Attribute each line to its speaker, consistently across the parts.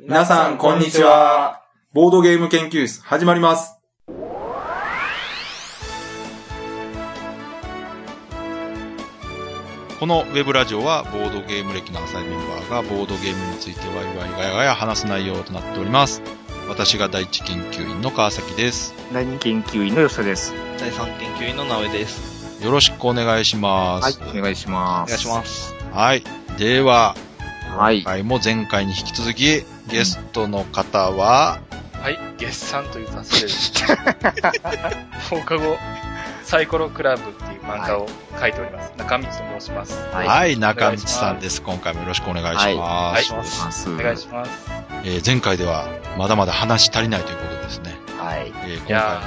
Speaker 1: 皆さん、こんにちは。
Speaker 2: ボードゲーム研究室、始まります。
Speaker 3: このウェブラジオはボードゲーム歴の浅いメンバーがボードゲームについてワイワイガヤガヤ話す内容となっております。私が第一研究員の川崎です。
Speaker 4: 第二研究員の吉田です。
Speaker 1: 第3研究員の直江です。
Speaker 3: よろしくお願いしま
Speaker 4: はい
Speaker 3: す。、
Speaker 4: お願いし
Speaker 1: お
Speaker 4: ます。
Speaker 1: 願いします。
Speaker 3: はい。では、
Speaker 4: はい
Speaker 3: 今。回も前回に引き続き、ゲストの方は、
Speaker 5: はい、月産という雑誌です。 放課後、サイコロクラブっていう漫画を書いております。中道と申します。
Speaker 4: は
Speaker 3: はい、
Speaker 4: い。
Speaker 3: 中道さんです。今回もよろしくお願いします。
Speaker 4: は
Speaker 5: はい
Speaker 4: お願いします。
Speaker 5: お願いします。
Speaker 3: えー前回では、まだまだ話足りないということですね。
Speaker 4: はい。
Speaker 3: えー今
Speaker 5: いや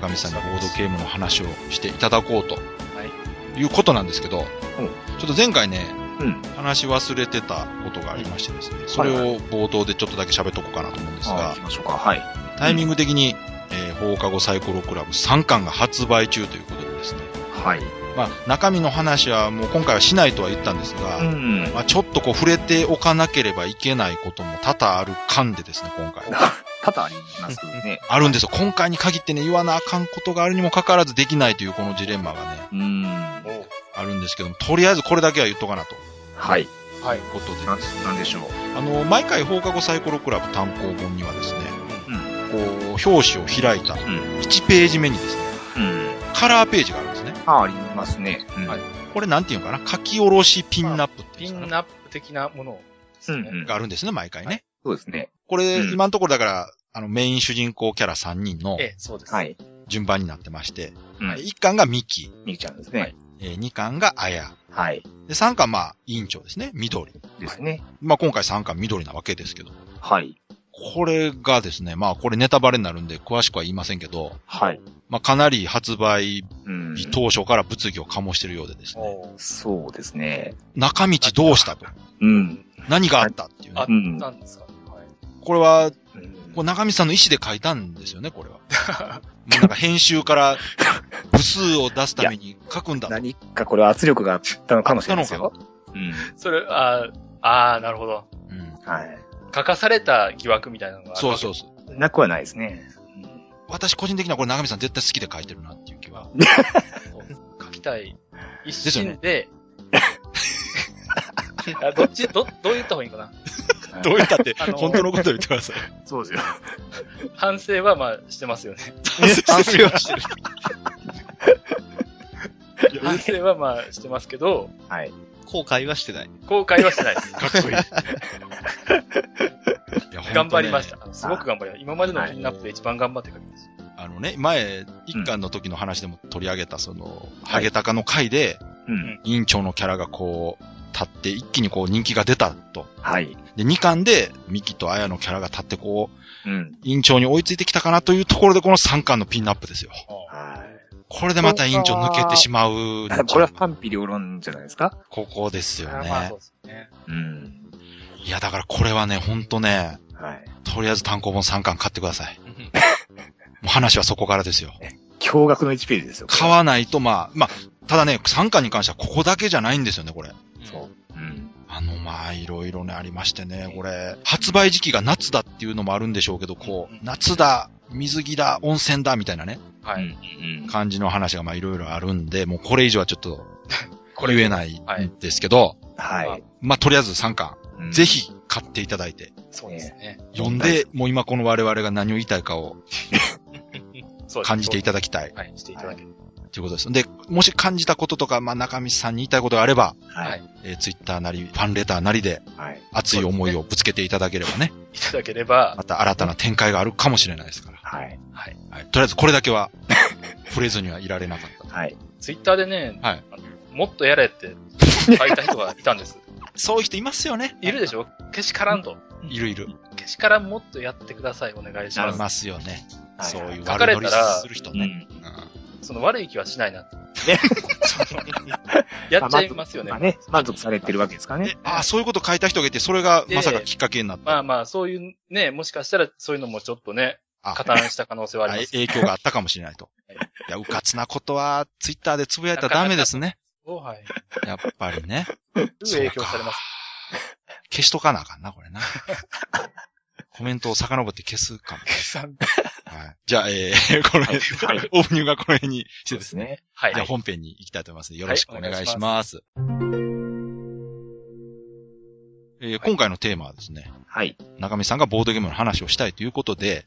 Speaker 3: 回も中道さんにボードゲームの話をしていただこうと、い、うことなんですけど、ちょっと前回ね、
Speaker 4: うん
Speaker 3: 話し忘れてたことがありましてですね、それを冒頭でちょっとだけ喋っとこうかなと思うんです
Speaker 4: あ行
Speaker 3: が
Speaker 4: き、ましょうか。はい。
Speaker 3: タイミング的に、えー放課後サイコロクラブ3巻が発売中ということでですね、
Speaker 4: はい。
Speaker 3: まあ、中身の話はもう今回はしないとは言ったんですが、
Speaker 4: うん。
Speaker 3: まあ、ちょっとこう触れておかなければいけないことも多々ある感でですね、今回。
Speaker 4: 多々ありますね。
Speaker 3: あるんですよ。今回に限ってね、言わなあかんことがあるにもかかわらずできないというこのジレンマがね、
Speaker 4: うん。
Speaker 3: あるんですけども、とりあえずこれだけは言っとかなと。
Speaker 4: はい。
Speaker 5: はい。
Speaker 3: ことで。
Speaker 4: な、なんでしょう。
Speaker 3: あの、毎回放課後サイコロクラブ単行本にはですね、
Speaker 4: う
Speaker 3: こう、表紙を開いた1ページ目にですね、
Speaker 4: うん。
Speaker 3: カラーページがあるんですね。
Speaker 4: あ、ありますね。うん。
Speaker 5: はい
Speaker 3: これなんていうのかな書き下ろしピンナップって
Speaker 5: ピ
Speaker 3: いうんです
Speaker 5: ン
Speaker 3: かね
Speaker 5: ナップ的なものをですね。
Speaker 4: うんうん
Speaker 3: があるんですね、毎回ね。
Speaker 4: そうですね。
Speaker 3: これ、
Speaker 4: うん
Speaker 3: 今のところだから、あの、メイン主人公キャラ3人の
Speaker 5: ええ、そうです。。
Speaker 4: はいい。
Speaker 3: 順番になってまして、
Speaker 4: うん
Speaker 3: 1巻がミキ、
Speaker 4: みきちゃんですね。
Speaker 3: 2巻がアヤ、
Speaker 4: はい。
Speaker 3: で、3巻、まあ、委員長ですね、緑。
Speaker 4: ですね。
Speaker 3: まあ、今回3巻緑なわけですけど。
Speaker 4: はい。
Speaker 3: これがですね、まあ、これネタバレになるんで、詳しくは言いませんけど、
Speaker 4: はい。
Speaker 3: まあ、かなり発売
Speaker 4: うん。
Speaker 3: 日当初から物議を醸してるようでですね、
Speaker 5: おー
Speaker 4: そうですね。
Speaker 3: 中道どうしたと、
Speaker 4: うん。
Speaker 3: 何があったっていうね
Speaker 5: あ。
Speaker 4: うん
Speaker 5: なんですかはい。
Speaker 3: これは、
Speaker 4: うん
Speaker 3: こう中道さんの意思で書いたんですよね、これ は。もうなんか編集から部数を出すために書くんだと。
Speaker 4: 何かこれは圧力があったのかもしれないですよ。うん。
Speaker 5: それ、あーあー、なるほど。
Speaker 3: うん、
Speaker 4: はい。
Speaker 5: 書かされた疑惑みたいなのがある。
Speaker 3: そうそううそう。
Speaker 4: なくはないですね。
Speaker 3: 私個人的にはこれ中道さん絶対好きで書いてるなっていう気は。
Speaker 5: 書きたい。一
Speaker 3: すよね
Speaker 5: 心で、 あどっち、ど、どう言った方がいいかな。
Speaker 3: どうい ったって、
Speaker 5: あの
Speaker 3: 本当のことを言ってください。
Speaker 4: そうですよ。
Speaker 5: 反省はまあしてますよね。
Speaker 3: 反省はしてる。
Speaker 5: 反省はまあしてますけど、
Speaker 4: はい。
Speaker 1: 後悔はしてない。
Speaker 5: 後悔はしてない です。
Speaker 3: かっこいい。
Speaker 5: 頑張りまし
Speaker 3: 本
Speaker 5: た。すごく頑張りました。今までのピンナップで一番頑張って書きまし
Speaker 3: 当ね。あのね、前、一巻の時の話でも取り上げた、その、ハゲタカの回で、
Speaker 4: うん。
Speaker 3: 委員長のキャラがこう、立って、一気にこう人気が出たと。
Speaker 4: はい。
Speaker 3: で、二巻で、ミキとアヤのキャラが立って、こう、
Speaker 4: うん。
Speaker 3: 委員長に追いついてきたかなというところで、この三巻のピンナップですよ。
Speaker 4: はい。
Speaker 3: これでまた委員長抜けてしまう。
Speaker 4: これは賛否両論じゃないですか
Speaker 3: ここですよ
Speaker 5: た。まあ
Speaker 3: ね
Speaker 5: そう。ですね。
Speaker 4: うん。
Speaker 3: いや、だからこれはね、ほんとね、
Speaker 4: はい。
Speaker 3: とりあえず単行本三巻買ってください。もう話はそこからですよ。
Speaker 4: 驚愕の1ページですよ。
Speaker 3: 買わないと、まあ、まあ、ただね、3巻に関してはここだけじゃないんですよね、これ。
Speaker 4: そう。うん。
Speaker 3: あの、まあ、いろいろね、ありましてね、これ、発売時期が夏だっていうのもあるんでしょうけど、こう、夏だ、水着だ、温泉だ、みたいなね、
Speaker 5: は
Speaker 4: う
Speaker 5: い。
Speaker 4: ん。
Speaker 3: 感じの話が、まあ、いろいろあるんで、もうこれ以上はちょっと、
Speaker 5: こ
Speaker 3: 言えないんですけど、
Speaker 4: はい。
Speaker 3: まあ、とりあえず3巻、
Speaker 4: うん
Speaker 3: ぜ。ひ買っていただいて、
Speaker 5: そうですね。
Speaker 3: 読んで、もう今この我々が何を言いたいかを
Speaker 5: そうです
Speaker 3: 感じていただきたい、
Speaker 5: はい、していただける。
Speaker 3: ということです。で、もし感じたこととか、まあ、中道さんに言いたいことがあれば、
Speaker 4: はい。
Speaker 3: えー、ツイッターなり、ファンレターなりで、
Speaker 4: はい。
Speaker 3: 熱い思いをぶつけていただければね、
Speaker 5: いただければ
Speaker 3: ま、た新たな展開があるかもしれないですから。
Speaker 4: はい。
Speaker 5: はい。
Speaker 3: はい。とりあえずこれだけは、触れずにはいられなかった。
Speaker 4: はい。
Speaker 5: ツイッターでね、
Speaker 3: はい
Speaker 5: あのもっとやれって書いた人がいたんです。
Speaker 3: そういう人いますよね。
Speaker 5: いるでし
Speaker 3: ょ
Speaker 5: ょけしからんと。
Speaker 3: いるいる。
Speaker 5: けしからんもっとやってください。お願いし
Speaker 3: あ
Speaker 5: ま
Speaker 3: り
Speaker 5: す。
Speaker 3: ますよね。
Speaker 4: はい
Speaker 3: そういう
Speaker 5: 書かれた
Speaker 3: 悪乗
Speaker 5: ら
Speaker 3: りする人
Speaker 4: う
Speaker 3: ね。う
Speaker 4: ん。
Speaker 3: ん
Speaker 5: その悪い気はしないなと。やっちゃいますよね
Speaker 4: まあ。ね、満足されてるわけですか らね
Speaker 3: で。 ああ、そういうこと書いた人がいて、それがまさかきっかけになった。
Speaker 5: まあまあ、そういう、ね、もしかしたらそういうのもちょっとね、
Speaker 3: あ
Speaker 5: 加担した可能性はあり
Speaker 3: あ
Speaker 5: ま
Speaker 3: え
Speaker 5: すけ
Speaker 3: 影響があったかもしれないと
Speaker 5: はい。
Speaker 3: いや、うかつなことは、ツイッターでつぶやいたらダメですね。
Speaker 5: ど。はい。
Speaker 3: やっぱりね。
Speaker 5: すぐ影響されます。
Speaker 3: 消しとかなあかんな、これな。 コメントを遡って消すかも。
Speaker 5: さん
Speaker 3: はい。じゃあ、えー、 この辺、
Speaker 4: はいはい
Speaker 3: オープニングはこの辺にしてですね。
Speaker 4: ね。
Speaker 5: はい
Speaker 3: じゃあ。本編に行きたいと思いますので、よろしくお願いします。えー今回のテーマはですね、
Speaker 4: はい。
Speaker 3: 中見さんがボードゲームの話をしたいということで、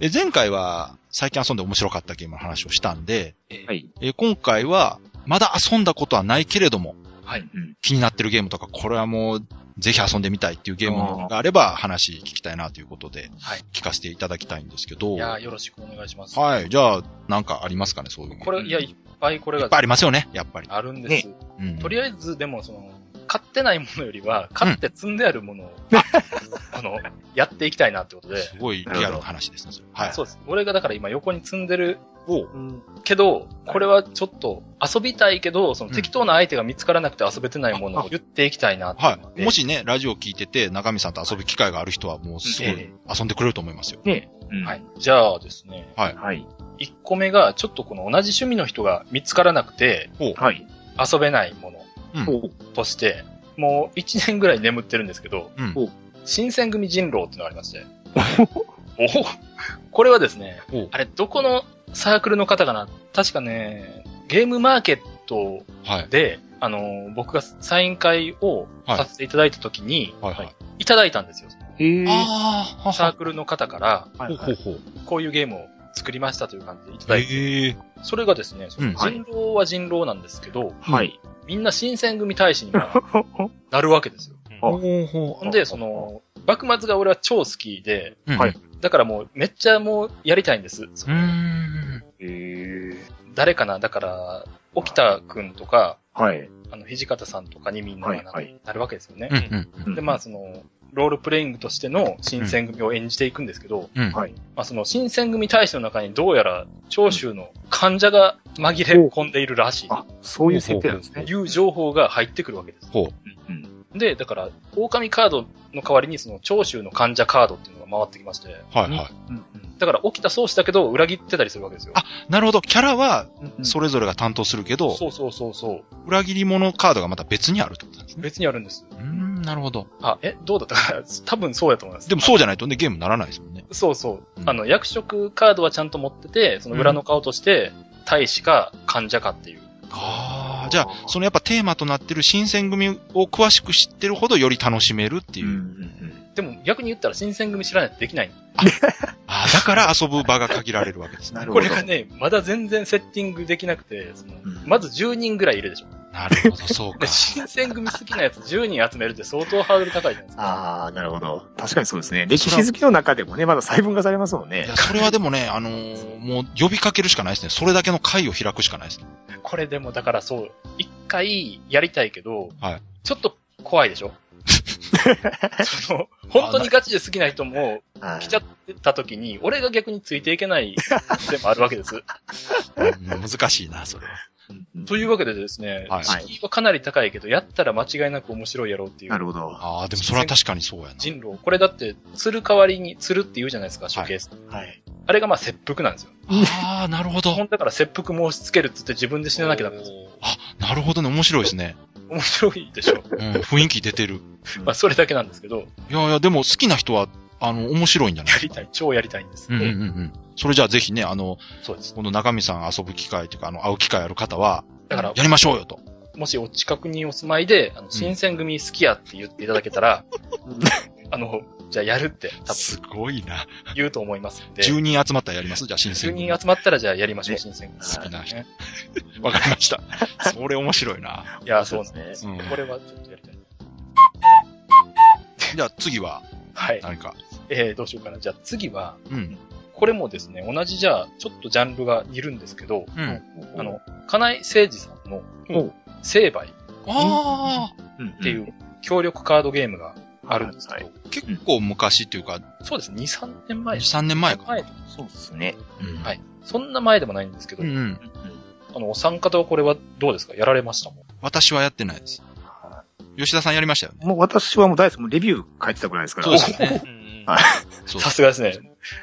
Speaker 3: えー前回は最近遊んで面白かったゲームの話をしたんで、
Speaker 4: はい。
Speaker 3: えー今回はまだ遊んだことはないけれども、
Speaker 5: はい。
Speaker 4: うん。
Speaker 3: 気になってるゲームとか、これはもう、ぜひ遊んでみたいっていうゲームがあれば話聞きたいなということで
Speaker 5: はい、
Speaker 3: 聞かせていただきたいんですけど、
Speaker 5: いやーよろしくお願いします。
Speaker 3: はい、じゃあ、なんかありますかね、そういうの
Speaker 5: これ、いや、いっぱいこれ
Speaker 3: い
Speaker 5: が
Speaker 3: っぱいありますよね、やっぱり。
Speaker 5: あるんです。
Speaker 3: うん
Speaker 5: とりあえず、でも、その、買ってないものよりは、買って積んであるものを、あ の、やっていきたいなってことで。
Speaker 3: すごいリアルな話ですね、それ。はい。
Speaker 5: そうです。俺がだから今横に積んでる
Speaker 3: おう
Speaker 5: けど、これはちょっと遊びたいけど、その
Speaker 3: うん
Speaker 5: 適当な相手が見つからなくて遊べてないもの
Speaker 3: あ
Speaker 5: を言っていきたいなっていうの
Speaker 3: は
Speaker 5: で
Speaker 3: い。も、しね、ラジオ聞いてて、中見さんと遊ぶ機会がある人は、もうすごい
Speaker 5: ええ
Speaker 3: 遊んでくれると思いますよ。
Speaker 4: ね。うん
Speaker 5: はい。。じゃあですね、
Speaker 4: はい。
Speaker 5: 1個目がちょっとこの同じ趣味の人が見つからなくて
Speaker 4: はい。
Speaker 5: 遊べないもの
Speaker 3: う
Speaker 4: お
Speaker 5: として、もう1年ぐらい眠ってるんですけど、
Speaker 3: うん
Speaker 4: お
Speaker 5: 新選組人狼っていうのがありまして。おおこれはですね
Speaker 3: お、
Speaker 5: あれ、どこのサークルの方かな確かね、ゲームマーケット
Speaker 3: はい。
Speaker 5: で、あの、僕がサイン会をさせていただいた時に、
Speaker 3: はいはい。
Speaker 5: いただいたんですよ。
Speaker 4: へぇ
Speaker 3: ああ、
Speaker 5: サー
Speaker 3: は
Speaker 5: クルの方から、
Speaker 4: は
Speaker 3: ほ
Speaker 4: いうは
Speaker 3: ほう
Speaker 4: い。
Speaker 3: ほう。
Speaker 5: こういうゲームを作りましたという感じでいただいて、
Speaker 3: ええ。
Speaker 5: それがですね、その
Speaker 3: うん
Speaker 4: はい
Speaker 5: 人狼は人狼なんですけど、
Speaker 4: はい。
Speaker 5: みんな新選組大使にもなるわけですよ。
Speaker 4: ほ
Speaker 3: うほ
Speaker 5: ほんで、その、幕末が俺は超好きで、
Speaker 3: う。
Speaker 4: はい。
Speaker 5: だからもうめっちゃもうやりたいんです。
Speaker 3: うーん。
Speaker 4: へぇ
Speaker 5: 誰かなだから、沖田くんとか、
Speaker 4: はい。
Speaker 5: あの、土方さんとかにみんながな,、
Speaker 4: はいはい
Speaker 5: なるわけですよね。
Speaker 3: うんうん
Speaker 5: で、まあ、その、ロールプレイングとしての新選組を演じていくんですけど、
Speaker 3: うん。うん。
Speaker 4: はい。
Speaker 5: まあ、その新選組大使の中にどうやら長州の患者が紛れ込んでいるらしい
Speaker 4: あ、そういう設定なんです
Speaker 5: と
Speaker 4: ね。
Speaker 5: いう情報が入ってくるわけです。
Speaker 3: ほう。
Speaker 4: うん。
Speaker 5: で、だから、狼カードの代わりにその長州の患者カードっていうのが回ってきまして、
Speaker 3: はいはい。
Speaker 4: うん。
Speaker 5: だから起きた宗師だけど裏切ってたりするわけですよ。
Speaker 3: あなるほど。キャラは、
Speaker 4: うん
Speaker 3: それぞれが担当するけど、
Speaker 5: そうそうそうそう。
Speaker 3: 裏切り者カードがまた別にあるってことなんですね。
Speaker 5: 別にあるんです。
Speaker 3: うーん、なるほど。
Speaker 5: あ、え、どうだったか な多分そうやと思います。
Speaker 3: でもそうじゃないとね、ゲームにならないですもんね。
Speaker 5: そうそう。
Speaker 3: うん
Speaker 5: あの、役職カードはちゃんと持ってて、その裏の顔として、大使か患者かっていう。
Speaker 3: ああ、じゃあ、そのやっぱテーマとなってる新選組を詳しく知ってるほどより楽しめるっていうう。
Speaker 4: ん。
Speaker 5: でも逆に言ったら新選組知らないとできない。
Speaker 3: ああ、だから遊ぶ場が限られるわけ ですね。
Speaker 4: なる
Speaker 5: こ
Speaker 4: ほ
Speaker 5: れ
Speaker 4: ど。
Speaker 5: がね、まだ全然セッティングできなくて、その
Speaker 4: うん
Speaker 5: まず10人ぐらいいるでしょ。
Speaker 3: なるほど、そう か
Speaker 5: で、。新選組好きなやつ10人集めるって相当ハードル高いじゃないですか。
Speaker 4: ああ、なるほど。確かにそうですね。歴史好きの中でもね、まだ細分化されますもん
Speaker 3: い
Speaker 4: ね
Speaker 3: や。それはでもね、あのーもう呼びかけるしかないですね。それだけの会を開くしかないですね。
Speaker 5: これでもだからそう、一回やりたいけど、
Speaker 3: はい
Speaker 5: ちょっと怖いでしょ その、本当にガチで好きな人も
Speaker 4: は
Speaker 5: 来ちゃってた時に、俺が逆についていけないでもあるわけ です。
Speaker 3: うん難しいな、それは。
Speaker 4: い
Speaker 5: というわけでですね、
Speaker 3: はい
Speaker 5: 敷居はかなり高いけど、やったら間違いなく面白いやろうってい
Speaker 4: な
Speaker 5: う
Speaker 4: るほど。
Speaker 3: ああ、でもそれは確かにそうやな。
Speaker 5: 人狼。これだって、釣る代わりに釣るって言うじゃないですか、ショーケース。
Speaker 4: はい。
Speaker 5: あれがまあ切腹なんですよ。
Speaker 3: ああ、なるほど
Speaker 5: ほ。んだから切腹申し付けるっつって自分で死ななきゃダメなんですよ。
Speaker 3: あ、なるほどね。面白いですね。
Speaker 5: 面白いでし ょ。
Speaker 3: うん、雰囲気出てる。
Speaker 5: まあそれだけなんですけど、
Speaker 3: いやいや、でも好きな人は、あの、面白いんじゃない
Speaker 5: やりたい、超やりたいんです。
Speaker 3: うんうんうんうん。それじゃあぜひね、あの、
Speaker 5: そうです。
Speaker 3: この中身さん遊ぶ機会というか、あの、会う機会ある方は、
Speaker 5: だから、
Speaker 3: やりましょうよと。
Speaker 5: もしお近くにお住まいで、あの新選組好きやって言っていただけたら、あの、じゃあやるって多分
Speaker 3: すごいな。
Speaker 5: 言うと思いますんで。
Speaker 3: 10人集まったらやりますじゃあ新
Speaker 5: 10
Speaker 3: 鮮に。
Speaker 5: 人集まったらじゃあやりましょう、
Speaker 4: ね
Speaker 5: 新選組。
Speaker 4: 好
Speaker 3: きな人
Speaker 5: ね
Speaker 3: わかりました。それ面白いな。
Speaker 5: いや、そうなん
Speaker 4: で
Speaker 5: ですす。
Speaker 3: ねう ん
Speaker 5: これはちょっとやりたい。
Speaker 3: じゃあ次は、
Speaker 5: はい。
Speaker 3: 何か。
Speaker 5: えー、どうしようかな。じゃあ次は、
Speaker 3: うん。
Speaker 5: これもですね、同じじゃあ、ちょっとジャンルがいるんですけど、
Speaker 3: うん。
Speaker 5: あの、金井誠二さんの
Speaker 4: お、
Speaker 5: 成敗っ
Speaker 3: あ
Speaker 4: って
Speaker 5: いう協力カードゲームがあるんですけど、
Speaker 3: あ、結構昔っていうか、
Speaker 5: そうですね、2、3年前
Speaker 3: 3年前か。
Speaker 5: 前
Speaker 4: そうですね。
Speaker 3: うん
Speaker 5: はいそんな前でもないんですけど、
Speaker 3: うんうん。
Speaker 5: あの、お三方はこれはどうですかやられましたもん。
Speaker 3: 私はやってないです。吉田さんやりましたよね。
Speaker 4: もう私はもう大好き、もうレビュー書いてたぐらいですから。
Speaker 3: そうです よね。
Speaker 1: うん
Speaker 4: はい
Speaker 3: そう
Speaker 5: さすがですね。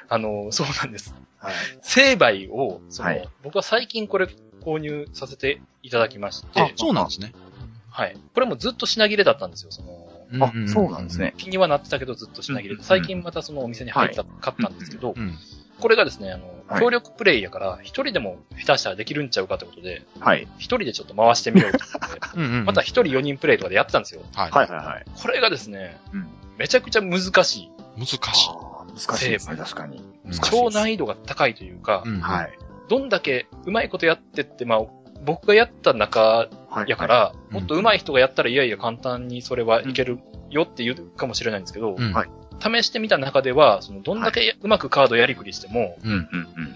Speaker 5: あの、そうなんです。
Speaker 4: はい。
Speaker 5: 成敗を、その、
Speaker 4: はい
Speaker 5: 僕は最近これ購入させていただきまして、
Speaker 3: あ、そうなんですね。
Speaker 5: はい。これもずっと品切れだったんですよ、その、
Speaker 3: う
Speaker 4: あ
Speaker 3: ん、
Speaker 4: そうなんですね。
Speaker 5: 気にはなってたけどずっと品切れ
Speaker 6: う
Speaker 5: で、
Speaker 6: ん
Speaker 5: 最近またそのお店に入った、買ったんですけど
Speaker 3: う、ん。
Speaker 5: これがですね、あの、
Speaker 4: はい
Speaker 5: 協力プレイやから、一人でも下手したらできるんちゃうかってことで、
Speaker 4: はい。
Speaker 5: 一人でちょっと回してみようと思って、
Speaker 3: うんうんうん
Speaker 5: また、一人四人プレイとかでやってたんですよ。
Speaker 3: はい。
Speaker 4: はいはいはい。
Speaker 5: これがですね、
Speaker 4: うん
Speaker 5: めちゃくちゃ難しい。
Speaker 3: 難しい。
Speaker 4: あー難しいですね、確かに。難しいです
Speaker 5: 超難易度が高いというか、
Speaker 3: うん。
Speaker 4: はいい。
Speaker 5: どんだけうまいことやってって、まあ、僕がやった中
Speaker 4: はい。
Speaker 5: やから、
Speaker 3: い
Speaker 5: もっと上手い人がやったらいやいや簡単にそれはいけるよって言うかもしれないんですけど、
Speaker 3: うん。
Speaker 4: はい
Speaker 5: 試してみた中では、そのどんだけうまくカードやりくりしても、
Speaker 3: うん。
Speaker 4: うんう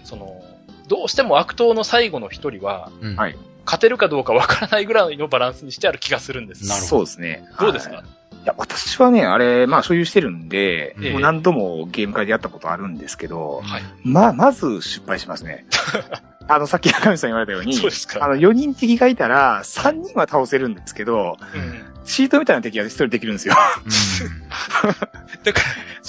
Speaker 4: ん。
Speaker 5: その、どうしても悪党の最後の一人は、
Speaker 3: うん
Speaker 4: はい
Speaker 5: 勝てるかどうかわからないぐらいのバランスにしてある気がするんです。
Speaker 3: なるほど
Speaker 4: そうですね。
Speaker 5: どうです
Speaker 4: は
Speaker 5: か
Speaker 4: いいや、私はね、あれ、まあ、所有してるんで、
Speaker 3: ええ
Speaker 4: もう何度もゲーム会でやったことあるんですけど、
Speaker 5: はい。
Speaker 4: まあ、まず失敗しま すね。あの、さっき中見さん言われたように
Speaker 5: そう、です
Speaker 4: あ
Speaker 5: か。
Speaker 4: の、4人敵がいたら、3人は倒せるんですけど、
Speaker 5: うん
Speaker 4: シートみたいな敵は1人できるんですよ。
Speaker 5: だか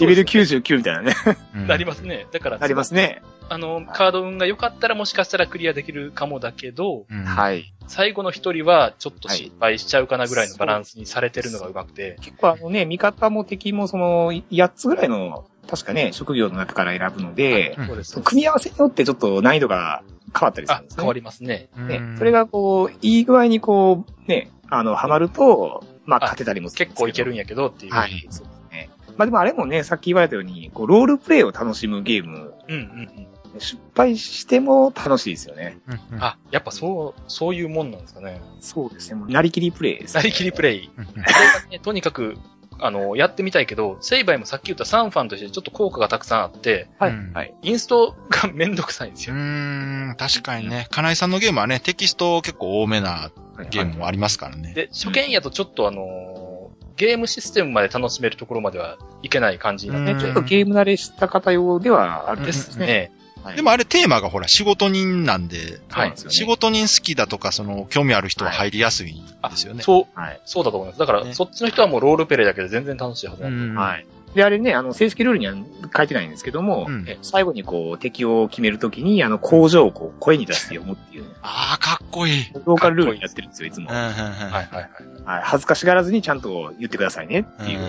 Speaker 4: レベル99みたいな ね、
Speaker 3: うん
Speaker 5: ら、なりますね。だから、
Speaker 4: ありますね。
Speaker 5: あの、カード運が良かったらもしかしたらクリアできるかもだけど、
Speaker 3: うん
Speaker 4: はい。
Speaker 5: 最後の一人はちょっと失敗しちゃうかなぐらいのバランスにされてるのがうまくて、
Speaker 4: 結構あのね、味方も敵もその、8つぐらいの、確かね、職業の中から選ぶので、
Speaker 3: うん
Speaker 5: そうです。
Speaker 4: 組み合わせによってちょっと難易度が変わったりする
Speaker 5: あ
Speaker 4: んで、すね。
Speaker 5: 変わりますね。
Speaker 4: ね、それ、がこう、いい具合にこう、ね、あの、ハマると、まあ、勝てたりもするん
Speaker 5: 結
Speaker 4: ですど
Speaker 5: 構いけるんやけどっていう。
Speaker 4: はい。そうですね。まあでもあれもね、さっき言われたように、こう、ロールプレイを楽しむゲーム、
Speaker 5: うんうん
Speaker 4: 失敗しても楽しいですよね。
Speaker 3: うん
Speaker 5: うん。あ、やっぱそう、そういうもんなんですかね。
Speaker 4: そうですね。もうなりきりプレイです、
Speaker 5: なりきりプ
Speaker 4: レ
Speaker 5: レイ。
Speaker 3: うんうん
Speaker 5: これがね、とにかく、あの、やってみたいけど、セイバイもさっき言ったサンファンとしてちょっと効果がたくさんあって、
Speaker 4: イは
Speaker 3: うん
Speaker 4: い。はい。
Speaker 5: インストがめんどくさいんです
Speaker 3: う
Speaker 5: よ。
Speaker 3: ーん、確かにね。金井さんのゲームはね、テキスト結構多めなゲームもありますからね。
Speaker 5: で、初見やとちょっとあのーゲームシステムまで楽しめるところまではいけない感じにな
Speaker 3: う
Speaker 4: ね、
Speaker 3: ん
Speaker 5: っ
Speaker 4: ちょ
Speaker 5: て
Speaker 4: っとゲーム慣れした方用では
Speaker 5: て、
Speaker 4: あるん
Speaker 5: で
Speaker 4: です
Speaker 5: す
Speaker 4: ね。
Speaker 5: ね。
Speaker 4: はい
Speaker 3: でもあれテーマがほら、仕事人なんで、
Speaker 4: そうなんですよね
Speaker 3: 仕事人好きだとか、その、興味ある人は入りやすいんですよね。
Speaker 5: そう、
Speaker 4: はい。
Speaker 5: そうだと思います。だから、
Speaker 3: ね
Speaker 5: そっちの人はもうロールプレイだけで全然楽しいはずなんで
Speaker 3: ん
Speaker 4: はい。で、あれね、あの、正式ルールには書いてないんですけども、
Speaker 3: うん
Speaker 4: え最後にこう、敵を決めるときに、あの、工場をこう、声に出して読むっていうね、
Speaker 3: ああ、かっこいい。
Speaker 4: ローカルルールにやってるんですよ、いつも。
Speaker 3: うんう
Speaker 4: はい。
Speaker 3: んうん
Speaker 5: はいはいはい。
Speaker 4: 恥ずかしがらずにちゃんと言ってくださいねっていう。
Speaker 3: う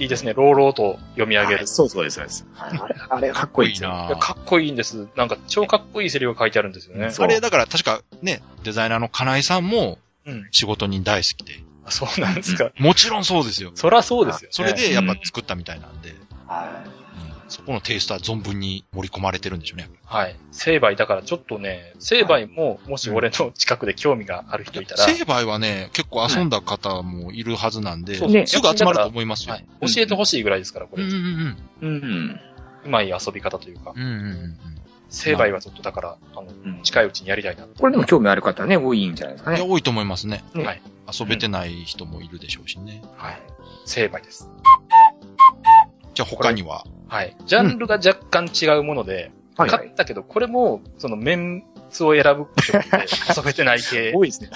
Speaker 5: いいですね。ローローと読み上げ
Speaker 4: は
Speaker 5: る
Speaker 4: い。そうそうです、そうです。はいあれ、あれ、かっこいい
Speaker 3: ん。いい
Speaker 4: ですよ
Speaker 3: な
Speaker 5: でかっこいいんです。なんか、超かっこいいセリフが書いてあるんですよね。
Speaker 4: そ
Speaker 3: あれ、だから確かね、デザイナーの金井さんも
Speaker 5: うん。
Speaker 3: 仕事人大好きで。
Speaker 5: あそうなんですか。
Speaker 3: もちろんそうですよ。
Speaker 5: そらそうですよ、ね。
Speaker 3: それでやっぱ作ったみたいなんで、うん
Speaker 4: はい。
Speaker 3: そこのテイストは存分に盛り込まれてるんでしょうね。
Speaker 5: はい。成敗だからちょっとね、成敗も、もし俺の近くで興味がある人いたら、
Speaker 3: 成敗はね、結構遊んだ方もいるはずなんで、
Speaker 5: そう
Speaker 4: ね
Speaker 3: すぐ集まると思いますよ。
Speaker 5: はい、教えてほしいぐらいですから、こ
Speaker 3: う
Speaker 5: れ。
Speaker 3: ん
Speaker 5: う
Speaker 3: うん
Speaker 4: うん。
Speaker 5: まい遊び方というか
Speaker 3: うん。う。んうんうん
Speaker 5: 成敗はちょっとだから、あの、
Speaker 4: うん
Speaker 5: 近いうちにやりたいなと。
Speaker 4: これでも興味ある方ね、多いんじゃないですか
Speaker 3: うん。いや、
Speaker 4: ね。
Speaker 3: 多いと思いますね。
Speaker 4: ね
Speaker 5: はい。
Speaker 3: 遊べてない人もいるでしょうしね。
Speaker 5: はい。成敗です。
Speaker 3: じゃあ他には。
Speaker 5: はい。ジャンルが若干違うもので、
Speaker 4: はいは
Speaker 5: 買
Speaker 4: い。
Speaker 5: ったけど、これも、そのメンツを選ぶことで遊べてない 系。
Speaker 4: 多いですね。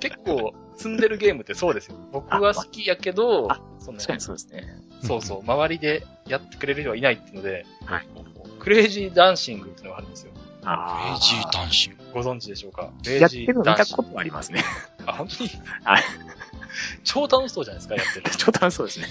Speaker 5: 結構、積んでるゲームってそうですよ。僕は好きやけど
Speaker 4: あ、
Speaker 5: その
Speaker 4: 確かにそうですね。
Speaker 5: そうそう、周りでやってくれる人はいないっていうので、
Speaker 4: はい
Speaker 5: クレイジーダンシングっていうのがあるんですよ。
Speaker 3: エ
Speaker 4: あ
Speaker 3: イジー男子。
Speaker 5: ご存知でしょうか
Speaker 4: やって
Speaker 5: レ
Speaker 4: る
Speaker 5: イジ
Speaker 4: の
Speaker 5: ー
Speaker 4: 見
Speaker 5: ダン
Speaker 4: た
Speaker 5: シング
Speaker 4: ことありますね。
Speaker 5: あ、本当に
Speaker 4: はい。
Speaker 5: 超楽しそうじゃないですか、やってる
Speaker 4: ちょっと楽しそうですね。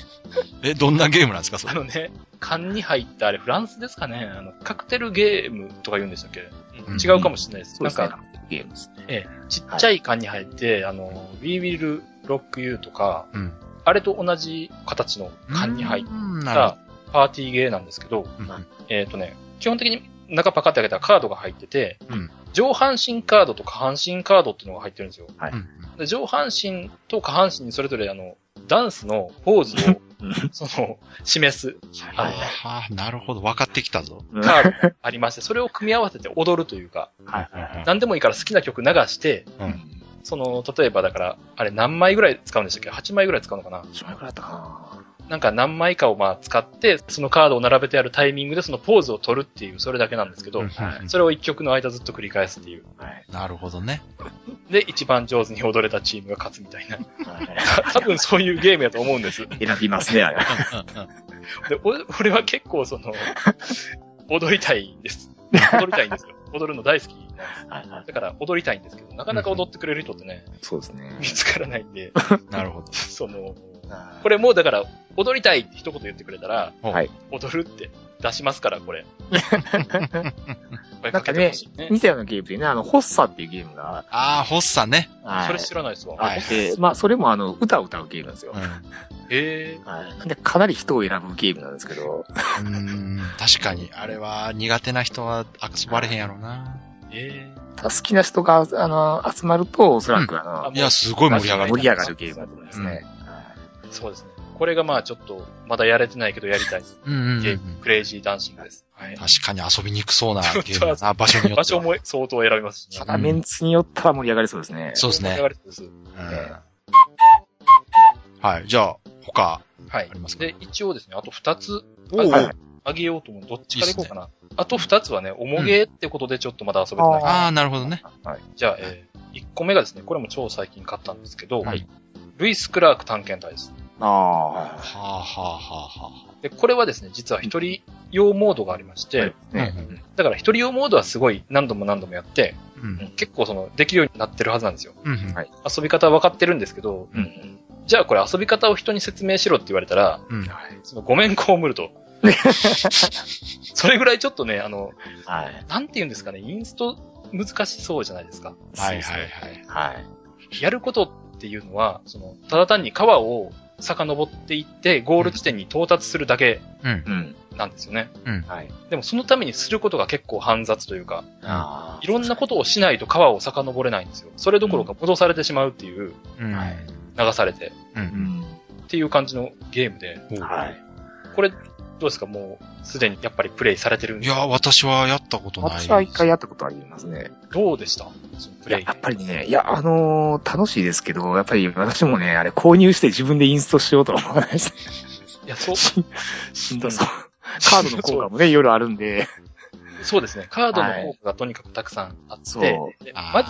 Speaker 3: え、どんなゲームなんですか、そ
Speaker 5: あ
Speaker 3: れ。
Speaker 5: のね、缶に入った、あれフランスですかねあの、カクテルゲームとか言うんでしたっけ、
Speaker 3: うん
Speaker 5: 違うかもしれないです。
Speaker 4: そう
Speaker 5: なん
Speaker 4: ですね
Speaker 5: か、。
Speaker 4: ゲームですね。
Speaker 5: ええちっちゃい缶に入って、あの、We Will Rock You とか、
Speaker 3: うん
Speaker 5: あれと同じ形の缶に入っ
Speaker 3: うんなるほ
Speaker 5: たパーティーゲーなんですけど、
Speaker 3: どうん
Speaker 5: えっ、とね、基本的に中パカって開けたらカードが入ってて、
Speaker 3: うん
Speaker 5: 上半身カードと下半身カードっていうのが入ってるんですよ。
Speaker 3: うん
Speaker 5: で上半身と下半身にそれぞれあの、ダンスのポーズを、その、示す
Speaker 3: ああ、なるほど。分かってきたぞ。
Speaker 4: うん
Speaker 5: カードがありまして、それを組み合わせて踊るというか、
Speaker 4: はいはいはい。
Speaker 5: 何でもいいから好きな曲流して、
Speaker 3: うん
Speaker 5: その、例えばだから、あれ何枚ぐらい使うんでしたっけ ?8 枚ぐらい使うのかな
Speaker 4: しばらくだったか
Speaker 5: なんか何枚かをまあ使って、そのカードを並べてあるタイミングでそのポーズを取るっていう、それだけなんですけど、
Speaker 3: うん
Speaker 5: それを1曲の間ずっと繰り返すっていう。
Speaker 4: なはい。
Speaker 3: なるほどね。
Speaker 5: で、一番上手に踊れたチームが勝つみたいな。
Speaker 4: はい
Speaker 5: 多分そういうゲームやと思うんです。
Speaker 4: 選びますね、あれ。
Speaker 5: で、お俺は結構その、踊りたいんです。踊りたいんですよ。踊るの大好きなんです。
Speaker 4: はいはい
Speaker 5: だから踊りたいんですけど、なかなか踊ってくれる人ってね、
Speaker 4: そうですね
Speaker 5: 見。つからないんで、
Speaker 3: なるほど。
Speaker 5: その、これもうだから、踊りたいって一言言ってくれたら、
Speaker 4: はい
Speaker 5: 踊るって出しますから、こ れ。声
Speaker 4: な
Speaker 5: か
Speaker 4: んか
Speaker 5: け
Speaker 4: ね
Speaker 5: てほしいね。
Speaker 4: 似たようなゲームでね、あの、ホッサっていうゲームが、
Speaker 3: ああ、ホッサね。
Speaker 4: はい
Speaker 5: それ知らないですわ。
Speaker 4: あって、まあ、それもあの、歌を歌うゲームなんですよ。
Speaker 5: え
Speaker 4: はい。なんで、かなり人を選ぶゲームなんですけど、
Speaker 3: うん。うん確かに。あれは苦手な人は遊ばれへんやろうな。
Speaker 5: ー、えー、
Speaker 4: 好きな人が、あの、集まると、おそらく、あの、
Speaker 5: あ
Speaker 3: いや、すごい盛り上がる。
Speaker 4: 盛り上がるゲームだと思いますね。
Speaker 5: そうですね。これがまあちょっと、まだやれてないけどやりたい
Speaker 3: うんうんうん
Speaker 5: ゲーム、クレイジーダンシングです。はい。
Speaker 3: 確かに遊びにくそうなゲームだな、場所によっては。
Speaker 5: 場所も相当選びますしね
Speaker 4: た。だ、メンツによったら盛り上がりそうですね。
Speaker 3: そうです
Speaker 5: 盛り
Speaker 3: ね
Speaker 5: 上。がりそうです
Speaker 3: うんはい、じゃあ、他。
Speaker 5: は
Speaker 3: あります
Speaker 5: い。
Speaker 3: か
Speaker 5: で、一応ですね、あと二つ
Speaker 3: お
Speaker 5: お
Speaker 3: ー
Speaker 5: あげようと思う。どっちからいこうかな。あと二つはね、重げってことでちょっとまだ遊べてない。
Speaker 3: ああ、なるほどね。
Speaker 5: はい。じゃあ、えー、1個目がですね、これも超最近買ったんですけど、
Speaker 3: はい
Speaker 5: ルイス・クラーク探検隊です。
Speaker 4: あ
Speaker 3: はあはあはあは
Speaker 5: で、これはですね、実は一人用モードがありまして、
Speaker 4: あ。ね。
Speaker 3: あ。
Speaker 5: だから一人用モードはすごい何度も何度もやって、
Speaker 3: うん。
Speaker 5: 結構その、できるようになってるはずなんですよ。
Speaker 3: うん。
Speaker 4: はい
Speaker 5: 遊び方は分かってるんですけど、
Speaker 3: うん
Speaker 5: じゃあこれ遊び方を人に説明しろって言われたら、
Speaker 3: うん。
Speaker 5: そのごめんこむる と。それぐらいちょっとね、あの、
Speaker 4: はい。
Speaker 5: なんて言うんですかね、インスト難しそうじゃないですか。
Speaker 3: はいはいはい。
Speaker 4: はい。
Speaker 5: やることっていうのは、その、ただ単に川を遡っていって、ゴール地点に到達するだけ
Speaker 3: うん。
Speaker 4: うん。
Speaker 5: なんですよね。
Speaker 4: はい。
Speaker 5: でもそのためにすることが結構煩雑というか、
Speaker 4: あ
Speaker 5: いろんなことをしないと川を遡れないんですよ。それどころか戻されてしまうっていう、
Speaker 3: うん。
Speaker 4: はい
Speaker 5: 流されて、
Speaker 3: う。
Speaker 4: あ。うんん。
Speaker 5: っていう感じのゲームで、
Speaker 4: はい。
Speaker 5: これ、どうですかもう、すでにやっぱりプレイされてるん
Speaker 3: い
Speaker 5: です
Speaker 3: や、私はやったことない。
Speaker 4: 私は一回やったことありますね。
Speaker 5: どうでしたそのプ
Speaker 4: いや、
Speaker 5: レイ
Speaker 4: や。っぱりね、いや、あのー楽しいですけど、やっぱり私もね、あれ購入して自分でインストしようとは思わないです。
Speaker 5: いや、そう、
Speaker 4: ししんどそう。カ
Speaker 5: カ
Speaker 4: ードの効果
Speaker 5: 果
Speaker 4: もね、いろいろあるんで。
Speaker 5: そうですね。カードの効果がとにかくたくさんあって、
Speaker 4: そう
Speaker 5: で
Speaker 3: あー
Speaker 5: まず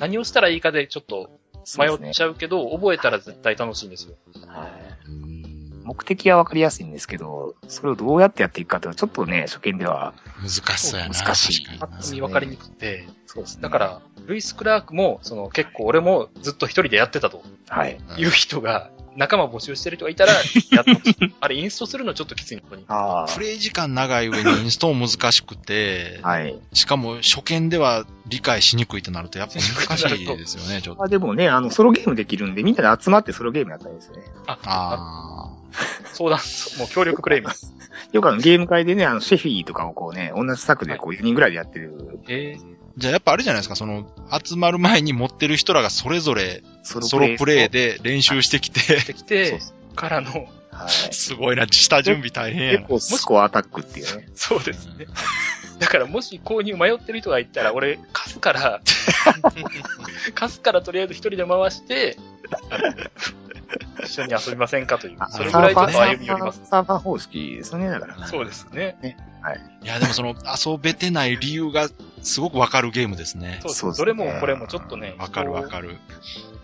Speaker 5: 何をしたらいいかでちょっと迷っちゃうけど、覚えたら絶対楽しいんですよ。
Speaker 4: はい
Speaker 3: うん
Speaker 4: 目的はわかりやすいんですけど、それをどうやってやっていくかっていうのは、ちょっとね、初見では。
Speaker 3: 難しそうやな。
Speaker 4: 難しい
Speaker 3: 確
Speaker 5: ぱ
Speaker 3: か
Speaker 5: っ
Speaker 3: にな
Speaker 5: と見分かりにくくて。
Speaker 4: そうです
Speaker 5: だか、ら、ルイス・クラークも、その結構俺もずっと一人でやってたと
Speaker 4: はい。
Speaker 5: いう人が、仲間募集してる人がいたら、やっと、あれインストするのちょっときついのに。
Speaker 4: あ
Speaker 3: プレイ時間長い上にインストも難しくて、
Speaker 4: はい。
Speaker 3: しかも初見では理解しにくいとなると、やっぱ難しいですよね、 ちょっと。
Speaker 4: まあでもね、あの、ソロゲームできるんで、みんなで集まってソロゲームやったらいいですよね。
Speaker 3: あ
Speaker 5: 相談、もう協力クレー ムです。
Speaker 4: よくあの、ゲーム会でね、あの、シェフィーとかをこうね、同じ策でこう、4人ぐらいでやってる、
Speaker 5: え
Speaker 3: あ。じゃあやっぱあれじゃないですか、その、集まる前に持ってる人らがそれぞれ
Speaker 4: ソ
Speaker 3: ソロプレイで
Speaker 4: で。
Speaker 3: 練習してきて、
Speaker 5: ー、でき
Speaker 4: そう
Speaker 5: て
Speaker 4: で、
Speaker 5: からの、
Speaker 4: はい。
Speaker 3: すごいな、下準備大変や
Speaker 4: 結
Speaker 3: な。
Speaker 4: 構、スコアアタックっていうね。
Speaker 5: そうですね。だからもし購入迷ってる人がいたら、俺、貸すから、貸すからとりあえず一人で回して、一緒に遊びませんかという。それぐらいちょっと歩み寄ります。
Speaker 4: サーバー方式ですよね、だから。
Speaker 5: そうですね。
Speaker 3: いや、でもその、遊べてない理由がすごくわかるゲームですね。
Speaker 5: そうです
Speaker 4: そうですね
Speaker 5: どれもこれもちょっとね。
Speaker 3: わかるわか
Speaker 5: る。
Speaker 3: る。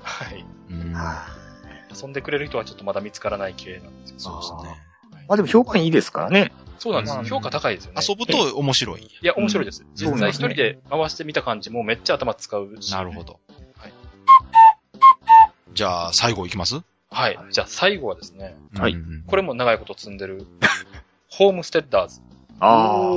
Speaker 5: はい。
Speaker 3: うん。
Speaker 4: はあ
Speaker 5: 遊んでくれる人はちょっとまだ見つからない系なんです
Speaker 3: そう
Speaker 5: よ。
Speaker 3: ですね。
Speaker 4: まあでも評判いいですからね。
Speaker 5: そうなんです
Speaker 3: う
Speaker 5: よ。
Speaker 3: ん
Speaker 5: 評価高いですよね。
Speaker 3: 遊ぶと面白い。
Speaker 5: いや、面白いです。
Speaker 3: そう
Speaker 5: 実
Speaker 3: なん
Speaker 5: 際
Speaker 3: で
Speaker 5: 一
Speaker 3: す
Speaker 5: 人
Speaker 3: ね
Speaker 5: で回してみた感じもめっちゃ頭使うし。
Speaker 3: なる
Speaker 5: ど。
Speaker 3: ほど。
Speaker 5: はい
Speaker 3: じゃあ、最後いきます
Speaker 5: はい。じゃあ最後はですね、
Speaker 4: はい
Speaker 3: うん
Speaker 5: これも長いこと積んでる、ホームステッダーズ
Speaker 4: あ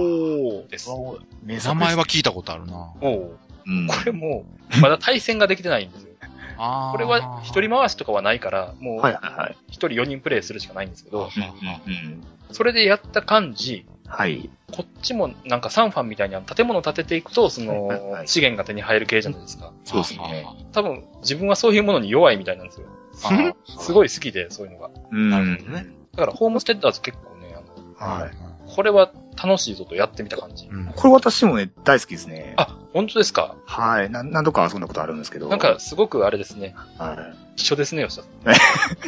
Speaker 5: です。お
Speaker 4: あ。目
Speaker 3: 名前は聞いたことあるな。
Speaker 5: お
Speaker 4: うん
Speaker 5: これも、まだ対戦ができてないんですよ。
Speaker 3: あー
Speaker 5: これは一人回しとかはないから、も
Speaker 4: はいうはいはい。
Speaker 5: 一人四人プレイするしかないんですけど、
Speaker 4: うんうん
Speaker 5: それでやった感じ、
Speaker 4: はい。
Speaker 5: こっちもなんかサンファンみたいにあの建物を建てていくと、そ
Speaker 4: はいはい
Speaker 5: の
Speaker 4: は、い
Speaker 5: 資源が手に入る系じゃないですか。
Speaker 4: そうですね。
Speaker 5: 多分、自分はそういうものに弱いみたいなんです よ。
Speaker 3: あー
Speaker 5: すごい好きで、そういうのが。
Speaker 4: うん
Speaker 3: なるほどね。
Speaker 5: だから、ホームステッダーズ結構ね、あの、
Speaker 4: はい。
Speaker 5: これは楽しいぞとやってみた感じ。
Speaker 3: うん
Speaker 4: これ私もね、大好きですね。
Speaker 5: あ、本当ですか
Speaker 4: はい。な何度か遊んだことあるんですけど。
Speaker 5: なんか、、すごくあれですね。
Speaker 4: はい。
Speaker 5: 一緒ですね、吉田さん。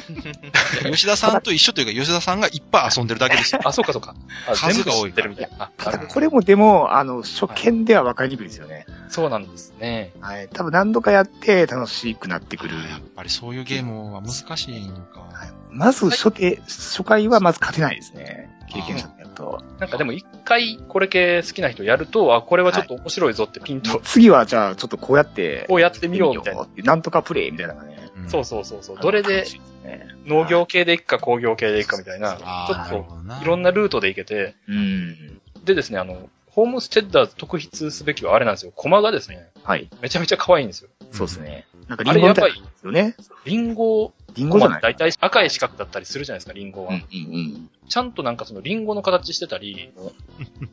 Speaker 3: 吉田さんと一緒というか、吉田さんがいっぱい遊んでるだけですよ。
Speaker 5: あ、そうかそうか。あ
Speaker 3: 数が多
Speaker 5: 全部知
Speaker 3: い
Speaker 5: ってるみたいな。
Speaker 4: た
Speaker 5: あ
Speaker 4: だ
Speaker 5: なるほ
Speaker 4: これもでも、あの、初見では分かりにくいですよね。
Speaker 5: どそうなんですね。
Speaker 4: はい。多分何度かやって楽しくなってくる。
Speaker 3: やっぱりそういうゲームは難しいの
Speaker 4: は
Speaker 3: か。
Speaker 4: いまず初手、初回はまず勝てないですね。経験者だと。
Speaker 5: なんかでも一回これ系好きな人やると、あ、これはちょっと面白いぞってピンと、
Speaker 4: 次はじゃあ、ちょっとこうやって、
Speaker 5: こうやってみようみたいな。
Speaker 4: な。なんとかプレイみたいなのがね。
Speaker 3: うん
Speaker 5: そうそうそうそう。どれで
Speaker 4: ね
Speaker 5: 農業系でいくか工業系でいくかみたいな、ち
Speaker 3: あ
Speaker 5: ょ
Speaker 3: ー
Speaker 5: っ
Speaker 3: なる
Speaker 5: と
Speaker 3: ほどない
Speaker 5: ろんなルートでいけて、
Speaker 4: うん。
Speaker 5: でですね、あの、ホームステッダーズ特筆すべきはあれなんですよ。駒がですね、
Speaker 4: はい。
Speaker 5: めちゃめちゃ可愛いんですよ。
Speaker 4: そうですね。なんか
Speaker 5: あ
Speaker 4: リ
Speaker 5: れ
Speaker 4: ンゴ
Speaker 5: やっ
Speaker 4: みた
Speaker 5: ぱ
Speaker 4: い
Speaker 5: り
Speaker 4: なん、ですよね。
Speaker 5: リンゴ、
Speaker 4: リンゴじゃ
Speaker 5: 駒っ
Speaker 4: な
Speaker 5: て
Speaker 4: い
Speaker 5: 大体赤い四角だったりするじゃないですか、リンゴは。
Speaker 4: うんうん
Speaker 5: ちゃんとなんかそのリンゴの形してたり、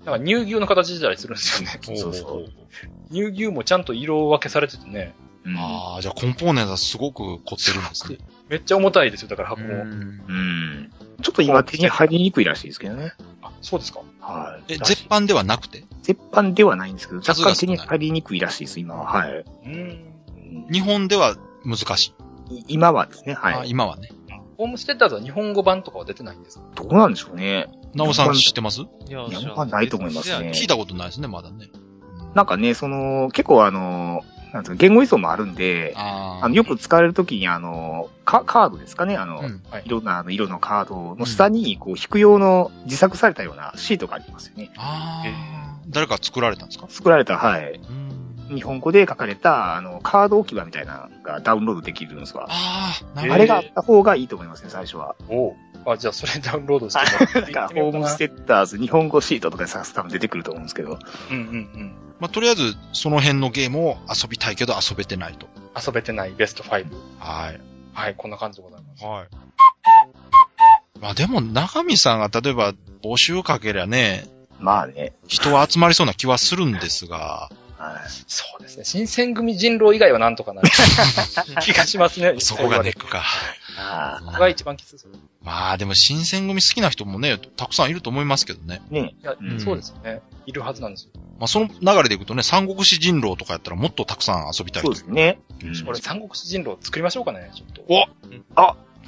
Speaker 5: なんか乳牛の形してたりするんです よね。
Speaker 4: うん。そうそう。
Speaker 5: 乳牛もちゃんと色分けされててね、
Speaker 4: うん
Speaker 3: ああ、じゃあコンポーネントはすごく凝ってるんですね。
Speaker 5: めっちゃ重たいですよ、だから箱
Speaker 3: う
Speaker 5: も。
Speaker 3: ん
Speaker 4: うん。ちょっと今手に入りにくいらしいですけどね。
Speaker 5: あ、そうですか。
Speaker 4: はい。
Speaker 3: え、絶版ではなくて
Speaker 4: 絶版ではないんですけど、
Speaker 3: 数が
Speaker 4: 若干
Speaker 3: 少
Speaker 4: 手
Speaker 3: ない
Speaker 4: に入りにくいらしいです、今は。はい。
Speaker 5: うーん。
Speaker 4: うん
Speaker 3: 日本では難しい。
Speaker 4: い今はですね、
Speaker 3: あ
Speaker 4: はい。
Speaker 3: 今はね。
Speaker 5: ホームステッダーズは日本語版とかは出てないんですか
Speaker 4: どうなんでしょうね。
Speaker 3: なおさん知ってます
Speaker 1: いや
Speaker 4: いやまあないと思いますね
Speaker 3: 聞いたことないですね、まだね。うん
Speaker 4: なんかね、その、結構あの、なんていうの言語依存もあるんで、
Speaker 3: あー
Speaker 4: あの、よく使われるときにあの、カカードですかね、あの、
Speaker 3: うん
Speaker 5: はい
Speaker 4: い。ろんなあの色のカードの下に、こう、引く用の自作されたようなシートがありますよね。
Speaker 3: あー誰か作られたんですか
Speaker 4: 作られた、はい。
Speaker 3: うん
Speaker 4: 日本語で書かれた、あの、カード置き場みたいなのがダウンロードできるんですわ。
Speaker 3: ああ、な
Speaker 5: えー
Speaker 3: るほ
Speaker 4: あれがあった方がいいと思いますね、最初は。
Speaker 5: おうあ、じゃあそれ ダウンロードして
Speaker 4: なんか、ホームステッターズ、日本語シートとかで探す多分出てくると思うんですけど。
Speaker 5: うんうんうん。
Speaker 3: ど。まあ、とりあえず、その辺のゲームを遊びたいけど遊べてないと。
Speaker 5: 遊べてないベスト5。
Speaker 3: はい。
Speaker 5: はい、こんな感じでございます。
Speaker 3: はい。まあでも、中身さんが例えば募集かけりゃね、
Speaker 4: まあね。
Speaker 3: 人は集まりそうな気はするんですが、
Speaker 4: はい
Speaker 5: そうですね。新選組人狼以外はなんとかな る気がしますね。
Speaker 3: そこがネックか。
Speaker 4: あ
Speaker 5: ここが一番きつそう。
Speaker 3: まあでも、新選組好きな人もね、たくさんいると思いますけどね。
Speaker 4: あ。ね
Speaker 5: いや、
Speaker 3: うん
Speaker 5: そうですよね。いるはずなんですよ。
Speaker 3: まあその流れでいくとね、三国志人狼とかやったらもっとたくさん遊びたい
Speaker 4: そうですね。うん
Speaker 5: 俺、三国志人狼作りましょうかね、ちょっと。
Speaker 3: お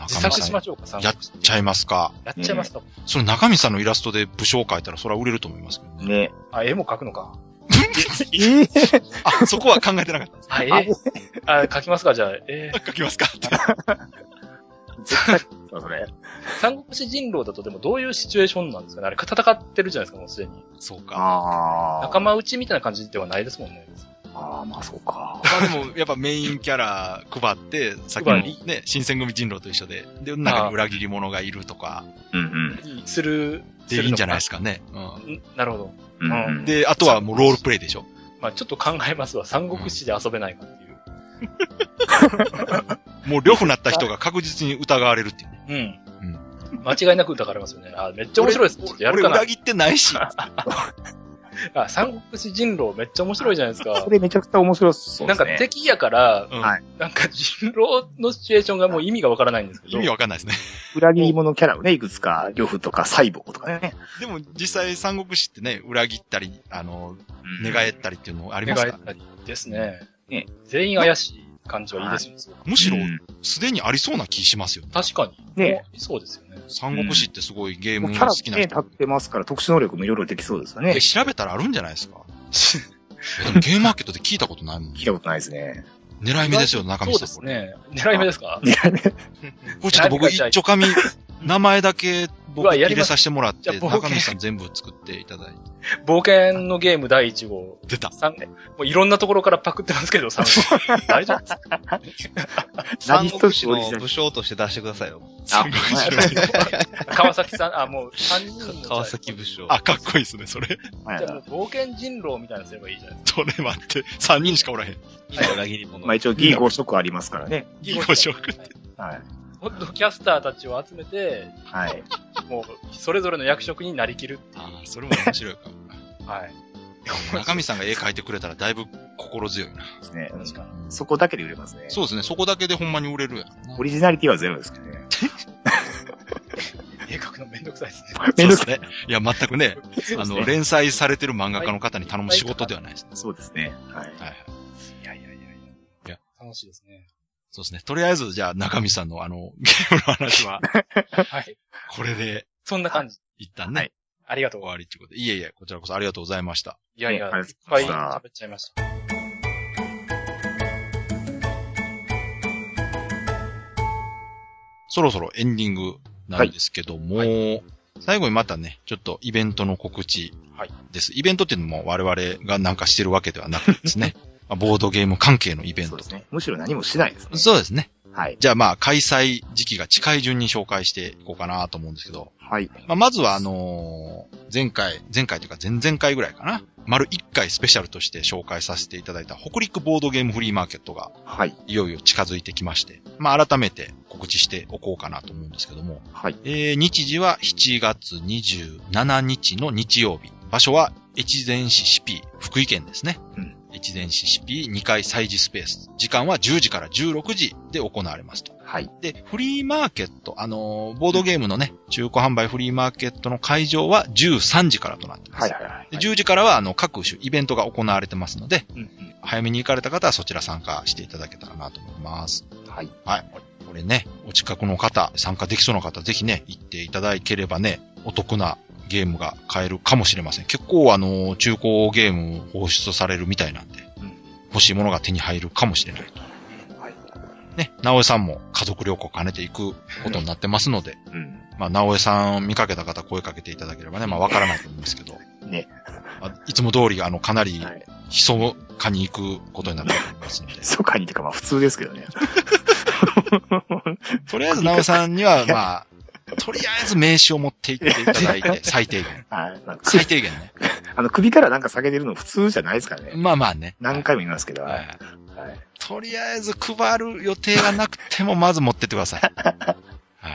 Speaker 5: 自
Speaker 3: 中身
Speaker 5: 作し
Speaker 3: さん
Speaker 5: ましょうか、三
Speaker 3: や
Speaker 5: 国
Speaker 3: っ
Speaker 5: 志。
Speaker 3: ちゃいますか。
Speaker 5: やっちゃいますか。
Speaker 3: それ中身さんのイラストで武将書いたらそれは売れると思いますけどね。
Speaker 4: ね。
Speaker 5: あ、絵も描くのか。
Speaker 4: ええ
Speaker 3: あ、そこは考えてなかったです。
Speaker 5: あ、絵
Speaker 4: あれ
Speaker 5: あ、描きますか、じゃあ。えー
Speaker 3: 書きますかって。
Speaker 4: 絶対、それ。
Speaker 5: 三国志人狼だとでもどういうシチュエーションなんですかねあれ、戦ってるじゃないですか、もうすでに。
Speaker 3: そうか。
Speaker 4: ああ。
Speaker 5: 仲間内みたいな感じではないですもんね。
Speaker 4: ああ、まあそうか。
Speaker 3: まあでも、やっぱメインキャラ配って、さっきのね、新選組人狼と一緒で、で、中に裏切り者がいるとか、
Speaker 4: うん
Speaker 5: する、
Speaker 3: でいいんじゃないですすかね。
Speaker 5: か。んなるほど。
Speaker 4: うん。うんうん
Speaker 3: うん。で、あとはもうロールプレイでしょ。
Speaker 5: まあちょっと考えますわ。三国志で遊べないかっていう。
Speaker 3: もう良くなった人が確実に疑われるっていうね。
Speaker 5: うん。間違いなく疑われますよね。あ、めっちゃ面白いです。ちょっとやる
Speaker 3: 俺
Speaker 5: かな
Speaker 3: 裏。切ってない し。
Speaker 5: あ、三国志人狼めっちゃ面白いじゃないですか
Speaker 4: そ。れめちゃくちゃ面白そう
Speaker 5: なん
Speaker 4: です
Speaker 5: か
Speaker 4: ね。
Speaker 5: 敵やから、
Speaker 3: うん
Speaker 4: はい
Speaker 5: なんか人狼のシチュエーションがもう意味がわからないんですけ
Speaker 3: 意
Speaker 5: ど。
Speaker 3: 味わかんないですね。
Speaker 4: 裏切り者キャラをね、いくつか、漁夫とかサイボーとかね。
Speaker 3: でも実際三国志ってね、裏切ったり、あの、
Speaker 4: うん
Speaker 3: 寝返ったりっていうのあり
Speaker 5: 寝
Speaker 3: ます
Speaker 5: 返
Speaker 3: から
Speaker 5: っ。たりですね。
Speaker 4: ね
Speaker 5: 全員怪しい感じはいいですよね。すごく
Speaker 3: むしろ
Speaker 4: う、ん
Speaker 3: すでにありそうな気しますよね。
Speaker 5: 確かに。
Speaker 4: ね
Speaker 5: もうそうですよね。
Speaker 3: 三国志ってすごいゲー
Speaker 4: もう
Speaker 3: ム
Speaker 4: キャ
Speaker 3: が
Speaker 4: ラ
Speaker 3: 好き
Speaker 4: って
Speaker 3: な
Speaker 4: ね、
Speaker 3: 人
Speaker 4: 立ってますから、特殊能力もいろいろできそうですよね
Speaker 3: え、。調べたらあるんじゃないですかえ でもゲームマーケットで聞いたことないもん。
Speaker 4: 聞いたことないですね。
Speaker 3: 狙い目ですよ、中身
Speaker 5: そうで
Speaker 3: さん。
Speaker 5: す
Speaker 3: これ。
Speaker 5: ね。狙い目ですか
Speaker 3: これちょっと僕、一丁紙、名前だけ
Speaker 5: う
Speaker 3: 僕
Speaker 5: わやり
Speaker 3: 入れ
Speaker 5: ます
Speaker 3: させてもらって、
Speaker 5: じゃあ冒険
Speaker 3: 中身さん全部作っていただいて。
Speaker 5: 冒険のゲーム第1号。
Speaker 3: 出た。
Speaker 5: 三もういろんなところからパクってますけど、三国 志大丈夫ですか
Speaker 1: 三国志の武将として出してくださいよ。
Speaker 4: あ、
Speaker 5: 川崎さん、あ、もう3人の。
Speaker 1: 川崎武将。
Speaker 3: あ、かっこいいですね、それ。
Speaker 4: はい
Speaker 5: じゃあもう冒険人狼みたいなのすればいいじゃないです
Speaker 3: それ待って。3人しかおらへん。
Speaker 1: いいね裏切り者。
Speaker 4: まあ一応 D5 色ありますからね。
Speaker 3: いいご紹介。
Speaker 4: はい。
Speaker 5: か。ポッドキャスターたちを集めて、
Speaker 4: はい。
Speaker 5: もう、それぞれの役職になりきるってい
Speaker 3: あーそれも面白いかも。
Speaker 5: う。はい。
Speaker 3: 中身さんが絵描いてくれたらだいぶ心強いな。
Speaker 4: ですね。
Speaker 5: 確かに。
Speaker 4: そこだけで売れますね。
Speaker 3: そうですね、そこだけでほんまに売れるやんな。
Speaker 4: オリジナリティはゼロですけど ね。
Speaker 5: 絵描くのめんどくさいですね。
Speaker 3: そう
Speaker 4: めん
Speaker 3: で
Speaker 4: ど
Speaker 3: すね。いや、全くね、あの、連載されてる漫画家の方に頼む仕事ではないです。
Speaker 4: そうですね。
Speaker 3: は
Speaker 4: はい。
Speaker 3: いはい。
Speaker 5: いやいやいやいや。
Speaker 3: いや
Speaker 5: 楽しいですね。
Speaker 3: そうですね。とりあえず、じゃあ、中身さんのあの、 ゲームの話は、
Speaker 5: はい。
Speaker 3: これで、
Speaker 5: そんな感じ。
Speaker 3: 一旦ね、
Speaker 5: ありがとう
Speaker 3: 終。わりってことで。いえいえ、こちらこそありがとうございました。
Speaker 5: いやいや、
Speaker 4: ねあ
Speaker 5: い
Speaker 4: り
Speaker 5: っ
Speaker 4: がとうご
Speaker 5: ぱい
Speaker 4: ざいました
Speaker 5: 喋っちゃいました。
Speaker 3: そろそろエンディングなんですけども、最後にまたね、ちょっとイベントの告知
Speaker 5: はい
Speaker 3: です。イベントっていうのも我々がなんかしてるわけではなくです ね、まあボードゲーム関係のイベン
Speaker 4: そう
Speaker 3: ト
Speaker 4: で。すね。むしろ何もしないですね。
Speaker 3: そうですね。
Speaker 4: はい。
Speaker 3: じゃあまあ、開催時期が近い順に紹介していこうかなと思うんですけど、
Speaker 4: はい。
Speaker 3: まあ、まずはあのー前回、前回というか前々回ぐらいかな、丸1回スペシャルとして紹介させていただいた北陸ボードゲームフリーマーケットが
Speaker 4: はい。
Speaker 3: いよいよ近づいてきまして、まあ、改めて告知しておこうかなと思うんですけども、
Speaker 4: はい。
Speaker 3: えー日時は7月27日の日曜日。場所は越前市シピ、福井県ですね。
Speaker 4: うん
Speaker 3: 越前市シピ2階祭事スペース。時間は10時から16時で行われますと。
Speaker 4: はい。
Speaker 3: で、フリーマーケット、あのーボードゲームのね、中古販売フリーマーケットの会場は13時からとなってます。
Speaker 4: はい。はい。
Speaker 3: で10時からは、あの、各種イベントが行われてますので、
Speaker 5: うんうん。
Speaker 3: 早めに行かれた方はそちら参加していただけたらなと思います。
Speaker 4: はい。
Speaker 3: これね、お近くの方、参加できそうな方、ぜひね、行っていただければね、お得なゲームが買えるかもしれません。結構あの、中古ゲーム放出されるみたいなんで、欲しいものが手に入るかもしれない。
Speaker 4: はい。
Speaker 3: ね、直江さんも家族旅行兼ねて行くことになってますので、
Speaker 4: うん。
Speaker 3: まあ、直江さん見かけた方声かけていただければね、まあ、わからないと思うんですけど、
Speaker 4: ね。
Speaker 3: まあいつも通り、あの、かなり
Speaker 4: はい、
Speaker 3: ひそかに行くことになっておりますので、
Speaker 4: 密かにというか、まあ普通ですけどね。
Speaker 3: とりあえず直江さんには、まあ、とりあえず名刺を持って行っていただい て、最低限。
Speaker 4: はい。まあく
Speaker 3: 最低限ね。
Speaker 4: あの、首からなんか下げてるの普通じゃないですからね。
Speaker 3: まあまあね。
Speaker 4: 何回も言いますけど。
Speaker 3: は
Speaker 4: はいい。はい。
Speaker 3: とりあえず配る予定がなくても、まず持ってってく ださい。は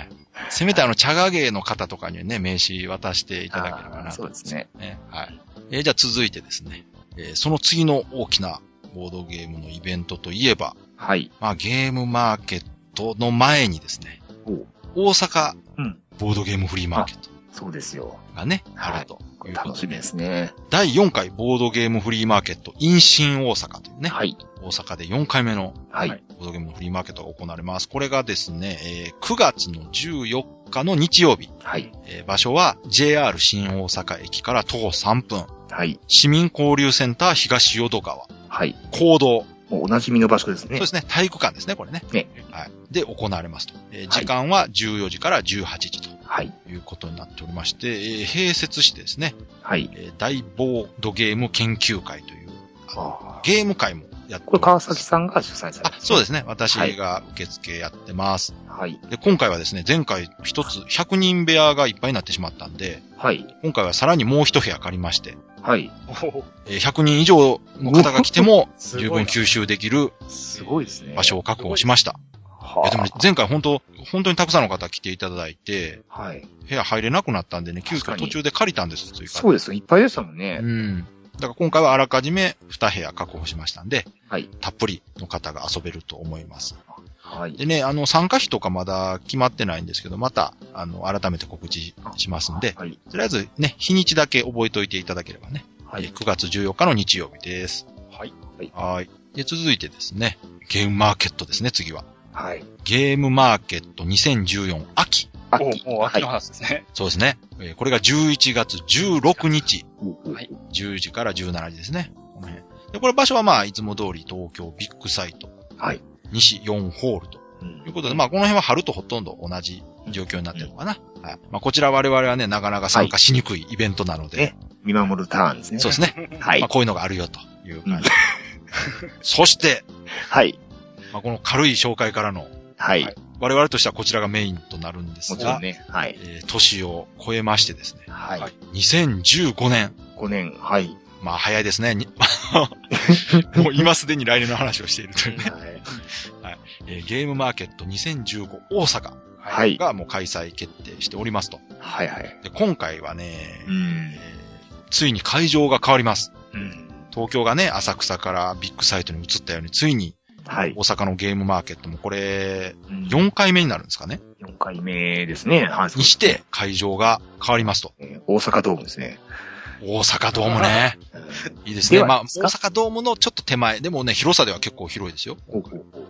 Speaker 3: い。せめてあの、茶賀芸の方とかにはね、名刺渡していただければ
Speaker 4: あー
Speaker 3: なと
Speaker 4: そうですね。
Speaker 3: ね。はい。えーじゃあ続いてですね、えーその次の大きなボードゲームのイベントといえば、
Speaker 4: はい。
Speaker 3: まあゲームマーケットの前にですね
Speaker 4: おう、
Speaker 3: 大阪
Speaker 4: うん
Speaker 3: ボードゲームフリーマーケット
Speaker 4: そうですよ。
Speaker 3: がね、
Speaker 4: はい
Speaker 3: あるとい
Speaker 4: これ
Speaker 3: うこ
Speaker 4: 楽
Speaker 3: と
Speaker 4: しみ
Speaker 3: で
Speaker 4: で、すね。
Speaker 3: 第4回ボードゲームフリーマーケット in 新大阪というね、
Speaker 4: はい。
Speaker 3: 大阪で4回目の
Speaker 4: はい。
Speaker 3: ボードゲームのフリーマーケットが行われます。これがですね、えー9月の14日の日曜日、
Speaker 4: はい。
Speaker 3: えー場所は JR 新大阪駅から徒歩3分、
Speaker 4: はい。
Speaker 3: 市民交流センター東淀川、
Speaker 4: はい。
Speaker 3: 公道、
Speaker 4: もうお馴染みの場所です
Speaker 3: そう
Speaker 4: ね
Speaker 3: で。すね、体育館ですね、これね。
Speaker 4: ね
Speaker 3: はい。で、行われますと。えー
Speaker 4: い
Speaker 3: 時間は14時から18時と
Speaker 4: はい。
Speaker 3: いうことになっておりまして、えー併設してですね、
Speaker 4: はい。
Speaker 3: えー大ボードゲーム研究会という
Speaker 4: あー
Speaker 3: ゲーム会もやっております
Speaker 4: これ川崎さんが主催さ
Speaker 3: あ
Speaker 4: れる。
Speaker 3: そうです
Speaker 4: ね。
Speaker 3: ね。私が受付やってます。
Speaker 4: はい。
Speaker 3: で、今回はですね、前回一つ100人部屋がいっぱいになってしまったんで、
Speaker 4: はい。
Speaker 3: 今回はさらにもう一部屋借りまして、
Speaker 4: はい。
Speaker 5: おお、
Speaker 3: えー100人以上の方が来て も
Speaker 5: す
Speaker 3: 十
Speaker 5: ご
Speaker 3: 分
Speaker 5: いな。
Speaker 3: 吸収できる
Speaker 4: すごいですね。
Speaker 3: 場所を確保しました。い
Speaker 4: は
Speaker 3: やでもね前回本当、本当にたくさんの方来ていただいて、
Speaker 4: あ。はい。
Speaker 3: 部屋入れなくなったんでね、急
Speaker 4: 確か
Speaker 3: 遽
Speaker 4: に
Speaker 3: 途中で借りたんです、追加
Speaker 4: そうですよ。いっぱいでしたもんね
Speaker 3: う。ん。だから今回はあらかじめ2部屋確保しましたんで、
Speaker 4: はい。
Speaker 3: たっぷりの方が遊べると思います。
Speaker 4: はい。
Speaker 3: でね、あの、参加費とかまだ決まってないんですけど、また、あの、改めて告知しますんで、
Speaker 4: はい。
Speaker 3: とりあえずね、日にちだけ覚えておいていただければね、
Speaker 4: はい
Speaker 3: えー9月14日の日曜日です。
Speaker 5: はい。
Speaker 4: はい
Speaker 3: はい。で、続いてですね、ゲームマーケットですね、次は。
Speaker 4: はい。
Speaker 3: ゲームマーケット2014秋。
Speaker 5: おうもう秋の
Speaker 4: は
Speaker 5: 話ですね。
Speaker 3: そうですね。えーこれが11月16日、
Speaker 4: い。はい。
Speaker 3: 10時から17時ですね。この辺。で、これ場所はまあ、いつも通り東京ビッグサイト、
Speaker 4: はい。
Speaker 3: 西4ホールと
Speaker 4: う
Speaker 3: というんことで、まあ、この辺は春とほとんど同じ状況になってるのかな。はい。まあ、こちら我々はね、なかなか参加しにくいイベントなので、
Speaker 4: ね見守るターンですね。
Speaker 3: そうですね。
Speaker 4: は
Speaker 3: まあ、
Speaker 4: い。
Speaker 3: こういうのがあるよという感じ。 そして、
Speaker 4: はい。
Speaker 3: まあ、この軽い紹介からの、
Speaker 4: はい。
Speaker 5: は
Speaker 4: も
Speaker 5: い
Speaker 3: 我々としてはこちらがメインとなるんです
Speaker 4: ちろ
Speaker 3: が、
Speaker 4: んね。はい。
Speaker 3: えー年を超えましてですね、
Speaker 5: は
Speaker 4: は
Speaker 5: い
Speaker 4: い。
Speaker 3: 2015年、
Speaker 4: 5年。はい。
Speaker 3: まあ、早いですね。に もう今すでに来年の話をしているというね、
Speaker 4: はい。
Speaker 3: えーゲームマーケット2015大阪
Speaker 4: はい。
Speaker 3: がもう開催決定しておりますと。
Speaker 4: はい。はい。
Speaker 3: で今回はね、
Speaker 4: うん
Speaker 3: えー。ついに会場が変わります。
Speaker 4: うん。
Speaker 3: 東京がね、浅草からビッグサイトに移ったように、ついに
Speaker 4: はい
Speaker 3: 大。阪のゲームマーケットもこれ、
Speaker 4: うん
Speaker 3: 4回目になるんですかね
Speaker 4: 4回目ですね。はい。
Speaker 3: にして会場が変わりますと。
Speaker 4: えー大阪ドームですね。
Speaker 3: 大阪ドームね。
Speaker 4: うん
Speaker 3: いいですね。
Speaker 4: では
Speaker 3: まあ、
Speaker 4: です
Speaker 3: 大
Speaker 4: か
Speaker 3: 阪ドームのちょっと手前。でもね、広さでは結構広いですよ。
Speaker 4: ほうほうほう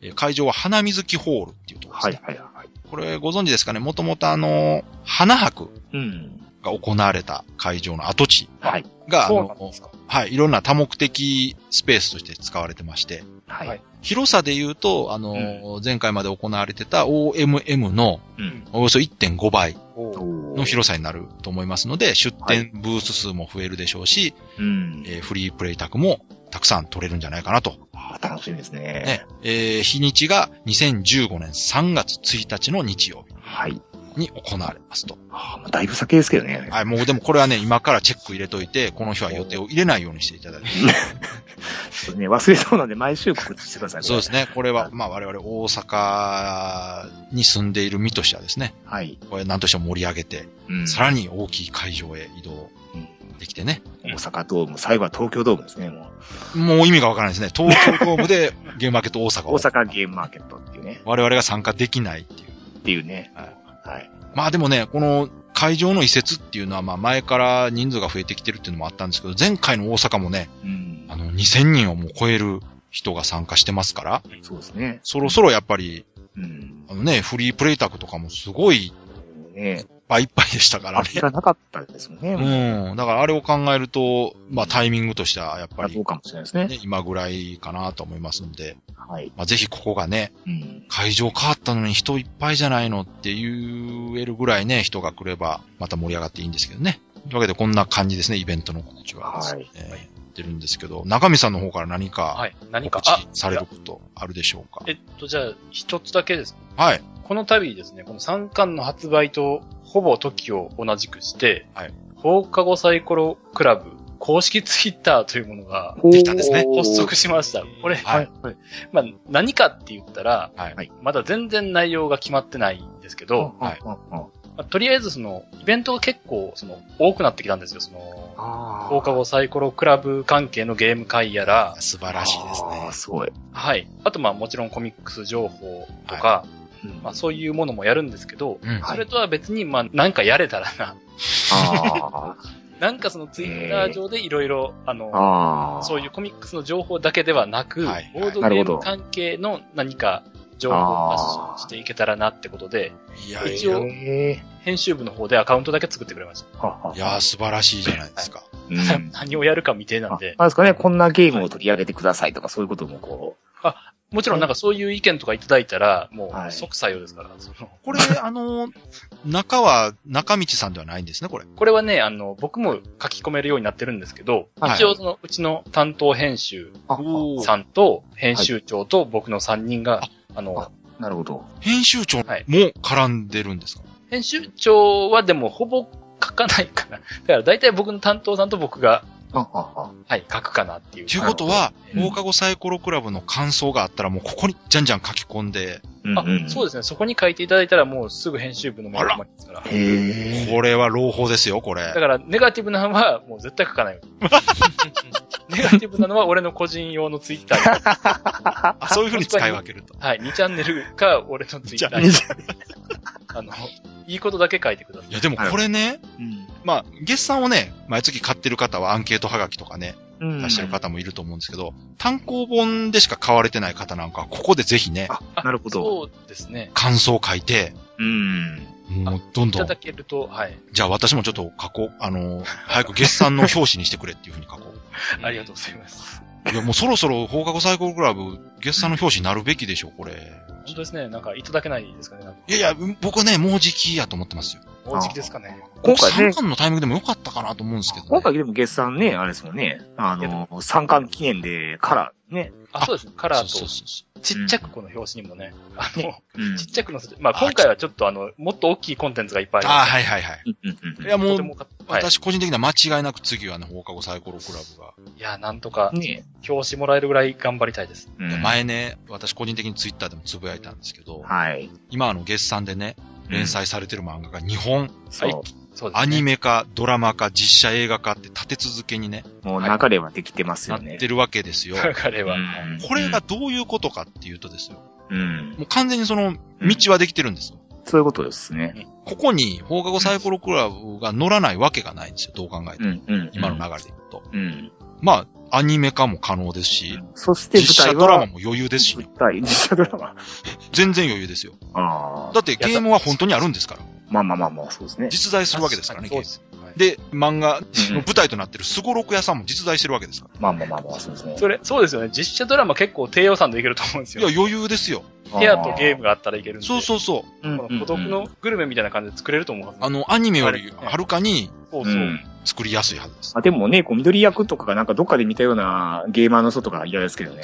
Speaker 3: えー会場は花水木ホールっていうところです
Speaker 4: はい
Speaker 3: ね。
Speaker 4: はいはい。
Speaker 3: これご存知ですかねもともとあの、花博
Speaker 4: うん。
Speaker 3: が行われた会場の跡地
Speaker 7: はい。
Speaker 3: が、あ
Speaker 5: そうなん
Speaker 3: の
Speaker 5: ですか。
Speaker 3: はい、いろんな多目的スペースとして使われてまして、
Speaker 5: は
Speaker 7: はいい。
Speaker 3: 広さで言うと、あの、前回まで行われてた OMM の
Speaker 7: うん
Speaker 3: およそ1.5倍
Speaker 5: おー
Speaker 3: の広さになると思いますので、出店ブース数も増えるでしょうし、
Speaker 7: うん。
Speaker 3: えーフリープレイ宅もたくさん取れるんじゃないかなと。
Speaker 7: あ楽しみですね。
Speaker 3: ねえー日にちが2015年3月1日の日曜
Speaker 7: はい。
Speaker 3: 日に行われますと。
Speaker 7: あだいぶ先ですけどね。
Speaker 3: はい、もうでもこれはね、今からチェック入れといて、この日は予定を入れないようにしていただいて。
Speaker 7: そうね忘れそうなんで、毎週告知してください。
Speaker 3: そうです
Speaker 7: ね。
Speaker 3: ね。これは、まあ我々大阪に住んでいる身としてはですね、
Speaker 7: はい。
Speaker 3: これ何としても盛り上げて、
Speaker 7: うん
Speaker 3: さらに大きい会場へ移動できてね。
Speaker 7: 大阪ドーム、最後は東京ドームですね、もう。
Speaker 3: もう意味がわからないですね。東京ドー ムでゲームマーケット大阪を
Speaker 7: 大阪ゲームマーケットっていうね。
Speaker 3: 我々が参加できないっていう。
Speaker 7: っていうね。
Speaker 3: は
Speaker 7: はい。
Speaker 3: まあでもね、この会場の移設っていうのは、まあ前から人数が増えてきてるっていうのもあったんですけど、前回の大阪もね、
Speaker 7: うん
Speaker 3: あ。の2000人をもう超える人が参加してますから、
Speaker 7: そうですね。
Speaker 3: そろそろやっぱり、
Speaker 7: うん。
Speaker 3: あのね、フリープレイ宅とかもすごいいっ
Speaker 7: ね
Speaker 3: ぱいいっぱいでしたから
Speaker 7: 空き。
Speaker 3: ね
Speaker 7: がなかったですもんね。うん。
Speaker 3: うん。だからあれを考えると、まあタイミングとしてはやっぱ
Speaker 7: そう
Speaker 3: り、
Speaker 7: かもしれないですね。
Speaker 3: ね、今ぐらいかなと思いますんで、
Speaker 7: はい。
Speaker 3: まあぜひここがね、
Speaker 7: うん。
Speaker 3: 会場変わったのに人いっぱいじゃないのって言えるぐらいね、人が来ればまた盛り上がっていいんですけどね。というわけでこんな感じですね、イベントの告知は。
Speaker 7: はい
Speaker 3: えーやってるんですけど、中身さんの方から何か
Speaker 5: はい。何か
Speaker 3: 告、
Speaker 5: あ
Speaker 3: 知、されることあるでしょうか
Speaker 5: えっと、じゃあ、一つだけです。
Speaker 3: はい。
Speaker 5: この度ですね、この3巻の発売とほぼ時を同じくして、
Speaker 3: はい
Speaker 5: 放課後サイコロクラブ公式ツイッターというものが
Speaker 3: できたんですね
Speaker 7: おー
Speaker 5: 発足しました。これ、
Speaker 3: はい
Speaker 5: まあ、何かって言ったら、
Speaker 3: はい
Speaker 7: はい
Speaker 5: まだ全然内容が決まってないんですけど、
Speaker 3: はい
Speaker 7: うんうんうん
Speaker 5: まあとりあえずその、イベントが結構その多くなってきたんですよ。その
Speaker 7: あ
Speaker 5: 放課後サイコロクラブ関係のゲーム会やら、
Speaker 3: 素晴らしいです
Speaker 7: あ
Speaker 3: ね
Speaker 7: ー。すごい。
Speaker 5: はい。あとまあもちろんコミックス情報とか、
Speaker 7: うん
Speaker 5: まあそういうものもやるんですけど、
Speaker 3: うん。
Speaker 7: はい
Speaker 5: それとは別にまあなんかやれたらな、
Speaker 7: あ
Speaker 5: なんかそのツイッター上でいろいろ、あ
Speaker 7: あ。
Speaker 5: の、
Speaker 7: ああ。
Speaker 5: そういうコミックスの情報だけではなく、
Speaker 3: はい
Speaker 5: ボード
Speaker 7: なる
Speaker 5: ゲ
Speaker 7: ほ
Speaker 5: ー
Speaker 7: ど
Speaker 5: ム関係の何か情報を
Speaker 7: あー
Speaker 5: 発信していけたらなってことで、
Speaker 3: いやい
Speaker 5: 一応
Speaker 3: や、
Speaker 7: え
Speaker 5: 編集部の方でアカウントだけ作ってくれまし
Speaker 7: え。はは。
Speaker 3: いやー素晴らしいじゃないですか。
Speaker 7: うん
Speaker 5: た。 何をやるか未定な
Speaker 7: あ
Speaker 5: んで、
Speaker 7: なんですかね、こんなゲームを取り上げてくださいとか、そういうこともこ
Speaker 5: もちろんなんかそういう意見とかいただいたら、も
Speaker 7: は
Speaker 5: う
Speaker 7: い
Speaker 5: 即採用ですから、その
Speaker 3: これ、あの、中は、中道さんではないんですね、これ。
Speaker 5: これはね、あの、僕も書き込めるようになってるんですけど、
Speaker 3: はい
Speaker 5: 一応その、うちの担当編集
Speaker 7: う。
Speaker 5: さんと、編集長と僕の3人が、あの
Speaker 7: あ、なるほど。
Speaker 3: 編集長も
Speaker 5: はい
Speaker 3: 絡んでるんですか、
Speaker 5: 編集長はでもほぼ書かないかな。だから大体僕の担当さんと僕が、
Speaker 7: ああ
Speaker 5: はい、書くかなっていう
Speaker 3: と。いうことは、
Speaker 5: なるほど
Speaker 3: 放課後サイコロクラブの感想があったら、もうここにじゃんじゃん書き込んで、
Speaker 5: あ、そうですね。そこに書いていただいたらもうすぐ編集部のものますから。
Speaker 7: す。へえ。
Speaker 3: これは朗報ですよ、こ
Speaker 5: だ
Speaker 3: れ。
Speaker 5: から、ネガティブなのはもう絶対書かない。ネガティブなのは俺の個人用のツイッターに。
Speaker 3: あそういうふうに使い分けると。
Speaker 5: はい、2チャンネルか俺のツイッターに。 あの、いいことだけ書いてください
Speaker 3: い。や、でもこれね、
Speaker 7: うん
Speaker 3: まあ、月産をね、毎月買ってる方はアンケートはがきとかね、
Speaker 7: うん
Speaker 3: 出してる方もいると思うんですけど、単行本でしか買われてない方なんかは、ここでぜひね、
Speaker 7: あなるほど。
Speaker 5: そうですね。
Speaker 3: 感想を書いて、
Speaker 7: うん。
Speaker 3: もうど
Speaker 5: い
Speaker 3: んど
Speaker 5: た
Speaker 3: ん
Speaker 5: だ、けると、はい。
Speaker 3: じゃあ私もちょっと書こう、あのー、早く月産の表紙にしてくれっていうふうに書こう。
Speaker 5: ありがとうございます。
Speaker 3: いや、もうそろそろ放課後サイコロクラブ、月産の表紙になるべきでしょ、これ。
Speaker 5: 本当ですね。なんか、いただけないですかね。なんか
Speaker 3: いやいや、僕ね、もう時期やと思ってますよ。
Speaker 5: おうじきですかね。
Speaker 7: 今回ね
Speaker 3: 3、巻のタイミングでもよかったかなと思うんですけど、ね。
Speaker 7: 今回でも月産ね、あれですもんね。あの、三冠記念でカラーね。
Speaker 5: あ、そうですね。カラー
Speaker 3: そうそう
Speaker 5: と、
Speaker 3: そうそ。
Speaker 5: ちっちゃくこの表紙にもね。あの、
Speaker 7: うん
Speaker 5: ちっちゃく載せて、まあ今回はちょっとあの、もっと大きいコンテンツがいっぱいう
Speaker 3: ああ、
Speaker 5: あ
Speaker 3: はいはいはい。
Speaker 7: うんうん
Speaker 3: いや、
Speaker 5: りま
Speaker 3: も
Speaker 5: す。と
Speaker 3: う
Speaker 5: て、もか、はい、
Speaker 3: 私個人的には間違いなく次はね、放課後サイコロクラブが。
Speaker 5: いや、なんとか
Speaker 7: うん。、ね
Speaker 5: 表紙もらえるぐらい頑張りたいです。
Speaker 7: うん
Speaker 3: 前ね、私個人的にツイッターでもつぶやいたんですけど、
Speaker 7: はい。
Speaker 3: 今あの月産でね、連載されてる漫画が日本、
Speaker 7: そ
Speaker 5: そうですね。
Speaker 3: アニメ化、ドラマ化、実写映画化って立て続けにね、
Speaker 7: う。もう流れはできてます
Speaker 3: な
Speaker 7: よ
Speaker 3: っ
Speaker 7: ね。
Speaker 3: てるわけですよ。
Speaker 5: 彼は、
Speaker 7: うん
Speaker 3: これが、どういうことかっていうとですよ。
Speaker 7: うん。
Speaker 3: もう完全にその、道はできてるんですよ。
Speaker 7: そういうことですね。
Speaker 3: ここに放課後サイコロクラブが乗らないわけがないんですよ、どう考えて
Speaker 7: う
Speaker 3: も。
Speaker 7: んうん。
Speaker 3: 今の流れで言うと。
Speaker 7: うん。
Speaker 3: まあ、アニメ化も可能ですし、
Speaker 7: そして舞
Speaker 3: 実写
Speaker 7: 台
Speaker 3: ドラマ
Speaker 7: は、
Speaker 3: も余裕ですしね、
Speaker 7: 舞台、実写ドラマ。
Speaker 3: 全然余裕ですよ。
Speaker 7: ああ。
Speaker 3: だってゲームは本当にあるんですから。
Speaker 4: まあまあまあまあ、そうですね。
Speaker 3: 実在するわけですからね、
Speaker 5: そうで
Speaker 3: ゲ
Speaker 5: す。はい
Speaker 3: ームで漫画の舞台となってるスゴロク屋さんも実在してるわけですから。
Speaker 4: まあまあまあまあ、そうですね。
Speaker 5: それ、そうですよね。実写ドラマ結構低予算でいけると思うんです
Speaker 3: いや
Speaker 5: よ。、
Speaker 3: 余裕ですよ。
Speaker 5: ペアとゲームがあったらいけるんで。
Speaker 3: そうそうそう。
Speaker 4: うんうん
Speaker 5: こ
Speaker 4: うん
Speaker 5: の孤独のグルメみたいな感じで作れると思うはず。
Speaker 3: あの、アニメよりはるかに
Speaker 5: そう
Speaker 4: う
Speaker 5: そう。
Speaker 4: ん。
Speaker 3: 作りやすいはずです。
Speaker 4: あでもね、こう、緑役とかがなんかどっかで見たようなゲーマーの人とか嫌ですけどね。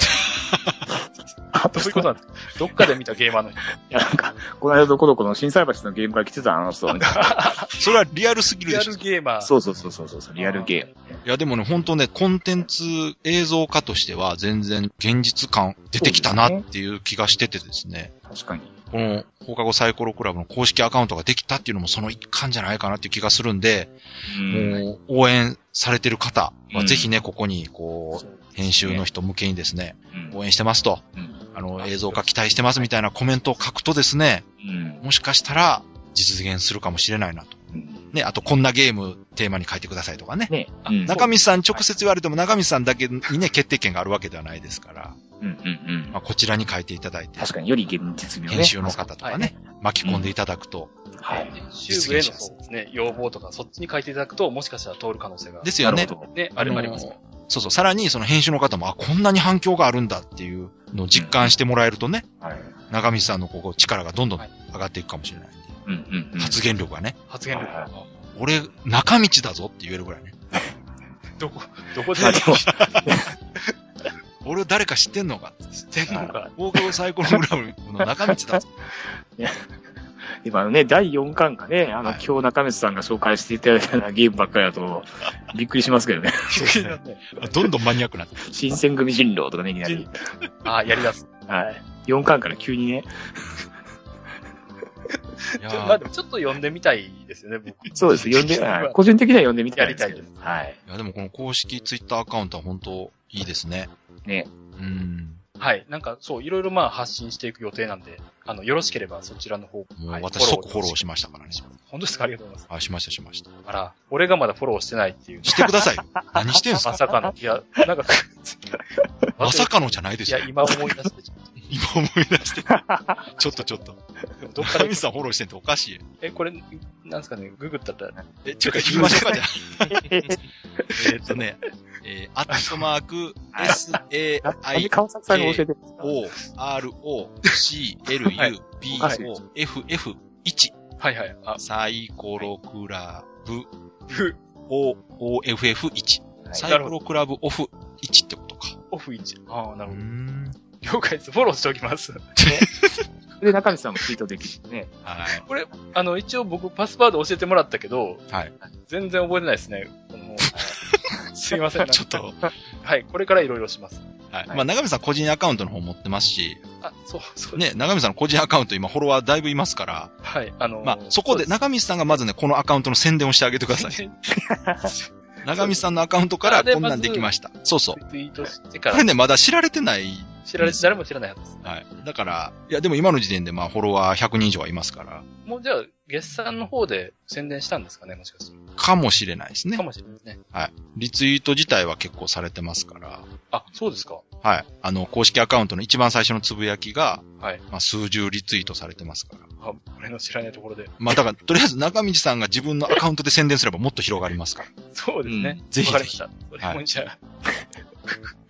Speaker 4: あ
Speaker 5: そういうことなんです。どっかで見たゲーマーの 人。
Speaker 4: いや、なんか、この間どこどこの震災橋のゲームから来てたあの人みたい
Speaker 3: それはリアルすぎる
Speaker 5: リア
Speaker 3: でしょ
Speaker 5: ル。ゲーマー。
Speaker 4: な。そうそうそうそうそう、リアルゲーム。
Speaker 3: いや、でもね、本当ね、コンテンツ映像化としては全然現実感出てきたなっていう気がしててですね。
Speaker 4: 確かに。
Speaker 3: この放課後サイコロクラブの公式アカウントができたっていうのもその一環じゃないかなっていう気がするんで、
Speaker 4: うん。
Speaker 3: もう応援されてる方はぜひね、ここにこう、編集の人向けにですね、
Speaker 4: うん
Speaker 3: 応援してますと、
Speaker 4: うん
Speaker 3: あの映像化期待してますみたいなコメントを書くとですね、
Speaker 4: うん
Speaker 3: もしかしたら実現するかもしれないなと。
Speaker 4: うん
Speaker 3: ね、あとこんなゲームテーマに書いてくださいとかね。
Speaker 4: ね。
Speaker 5: あ
Speaker 4: うん
Speaker 3: 中道さん直接言われても中道さんだけにね、決定権があるわけではないですから、
Speaker 4: うんうん
Speaker 3: まあ、こちらに書いていただいて、
Speaker 4: 確かに、より現実味をね。
Speaker 3: 編集の方とかね、巻き込んでいただくと。
Speaker 4: はい。
Speaker 5: 修部へのそうですね、要望とか、そっちに書いていただくと、もしかしたら通る可能性が。
Speaker 3: ですよね
Speaker 4: な。るほど
Speaker 5: ね、あ
Speaker 3: あ
Speaker 5: れ
Speaker 3: の
Speaker 5: もあります。
Speaker 3: そうそう。さらにその編集の方も、あ、こんなに反響があるんだっていうのを実感してもらえるとね、
Speaker 4: はい。
Speaker 3: 中道さんのこう力がどんどん
Speaker 5: はい
Speaker 3: 上がっていくかもしれないんで。
Speaker 4: うんうん うん。
Speaker 3: 発言力がね、
Speaker 5: 発言力が。
Speaker 3: 俺、中道だぞって言えるぐらいね。
Speaker 5: どこ、どこで
Speaker 4: まあでも
Speaker 3: 俺誰か知ってんのかって。
Speaker 5: 知ってんの か。
Speaker 3: 東京サイコログラムの中道だぞ。
Speaker 4: でもあのね、第4巻がね、あの、
Speaker 3: はい
Speaker 4: 今日中道さんが紹介していただいたようなゲームばっかりだと、びっくりしますけ どね。
Speaker 3: どんどんマニアックになって。
Speaker 4: 新選組人狼とかね、いきなり。
Speaker 5: あ、やりだす。
Speaker 4: はい。4巻から急にね。
Speaker 3: い
Speaker 5: ち
Speaker 3: や
Speaker 5: ょまあ
Speaker 3: ー
Speaker 5: でもちょっと読んでみたいですよ ね、僕。
Speaker 4: そう です。読んで、はい個人的には読んでみたいですけど
Speaker 5: やり
Speaker 4: はい。
Speaker 3: いやでもこの公式ツイッターアカウントは本当いいですね。
Speaker 4: ね。
Speaker 3: うん。
Speaker 5: はい。なんか、そう、いろいろまあ発信していく予定なんで、あの、よろしければそちらの方、
Speaker 3: も
Speaker 5: は
Speaker 3: う
Speaker 5: い
Speaker 3: 私即フォローしましたからね。
Speaker 5: 本当ですかありがとうございます。
Speaker 3: あ、しましたしました。
Speaker 5: あら、俺がまだフォローしてないって いう。
Speaker 3: してくださいよ。何してんす
Speaker 5: ま
Speaker 3: か
Speaker 5: さかの。いや、なんか、
Speaker 3: まさかのじゃないで
Speaker 5: い
Speaker 3: すよ
Speaker 5: や、。今思い出して、
Speaker 3: 今思い出して。ちょっとちょっと。
Speaker 5: どっか
Speaker 3: 中
Speaker 5: で
Speaker 3: 道、さんフォローしてんっておかしい。
Speaker 5: え、これ、なんですかね、ググったら、
Speaker 3: え、ちょっと言いましょうか、じゃあ。 えーっとね、えー、アットマーク、s, a,
Speaker 4: あ
Speaker 3: i,
Speaker 4: 川崎さんが教えてるんですか
Speaker 3: o, r, o, c, l,
Speaker 5: は
Speaker 3: u,
Speaker 5: い
Speaker 3: b,
Speaker 4: はい
Speaker 3: o, f, f, 1。
Speaker 5: はいはい、あ、
Speaker 3: サイコロクラブ、
Speaker 5: ふ、
Speaker 3: o, o, f, f, 1。サイコロクラブオフ1ってことか。
Speaker 5: オフ1。ああ、な
Speaker 3: う
Speaker 5: る
Speaker 3: ー
Speaker 5: ほど。
Speaker 3: ん。
Speaker 5: 了解です。フォローしておきます。
Speaker 4: で、中道さんもツイートできるね。
Speaker 3: はい。
Speaker 5: これ、あの、一応僕パスワード教えてもらったけど、
Speaker 3: はい。
Speaker 5: 全然覚えてないですね。こ のすいません。なんか
Speaker 3: ちょっと、
Speaker 5: はい、これからいろいろします。
Speaker 3: はい。まあ、長見さん個人アカウントの方持ってますし、
Speaker 5: あ、そう、そう。
Speaker 3: ね、長見さんの個人アカウント今フォロワーだいぶいますから、
Speaker 5: はい、あのー
Speaker 3: まあ、そこで、中道さんがまずね、このアカウントの宣伝をしてあげてく ださい。中道さんのアカウントから
Speaker 5: あで
Speaker 3: こんなんできました。そうそう。
Speaker 5: ツイートしてか
Speaker 3: これ
Speaker 5: ら、
Speaker 3: ね、まだ知られてない。
Speaker 5: 知られて、誰も知らないはずです。
Speaker 3: はい。だから、いや、でも今の時点でまあ、フォロワー100人以上はいますから、
Speaker 5: もうじゃあ、月産の方で宣伝したんですかね、もしかして。
Speaker 3: かもしれないです
Speaker 5: か
Speaker 3: ね。
Speaker 5: もしれないですね。
Speaker 3: リツイート自体は結構されてますから、
Speaker 5: あ、そうですか。
Speaker 3: はい。あの、公式アカウントの一番最初のつぶやきが、
Speaker 5: はい。
Speaker 3: まあ、数十リツイートされてますから。
Speaker 5: あ、俺の知らないところで。
Speaker 3: まあ、だから、とりあえず中道さんが自分のアカウントで宣伝すればもっと広がりますから。
Speaker 5: そうですね。
Speaker 3: ぜひ
Speaker 5: わかりました。それ
Speaker 3: は
Speaker 5: もじゃあ、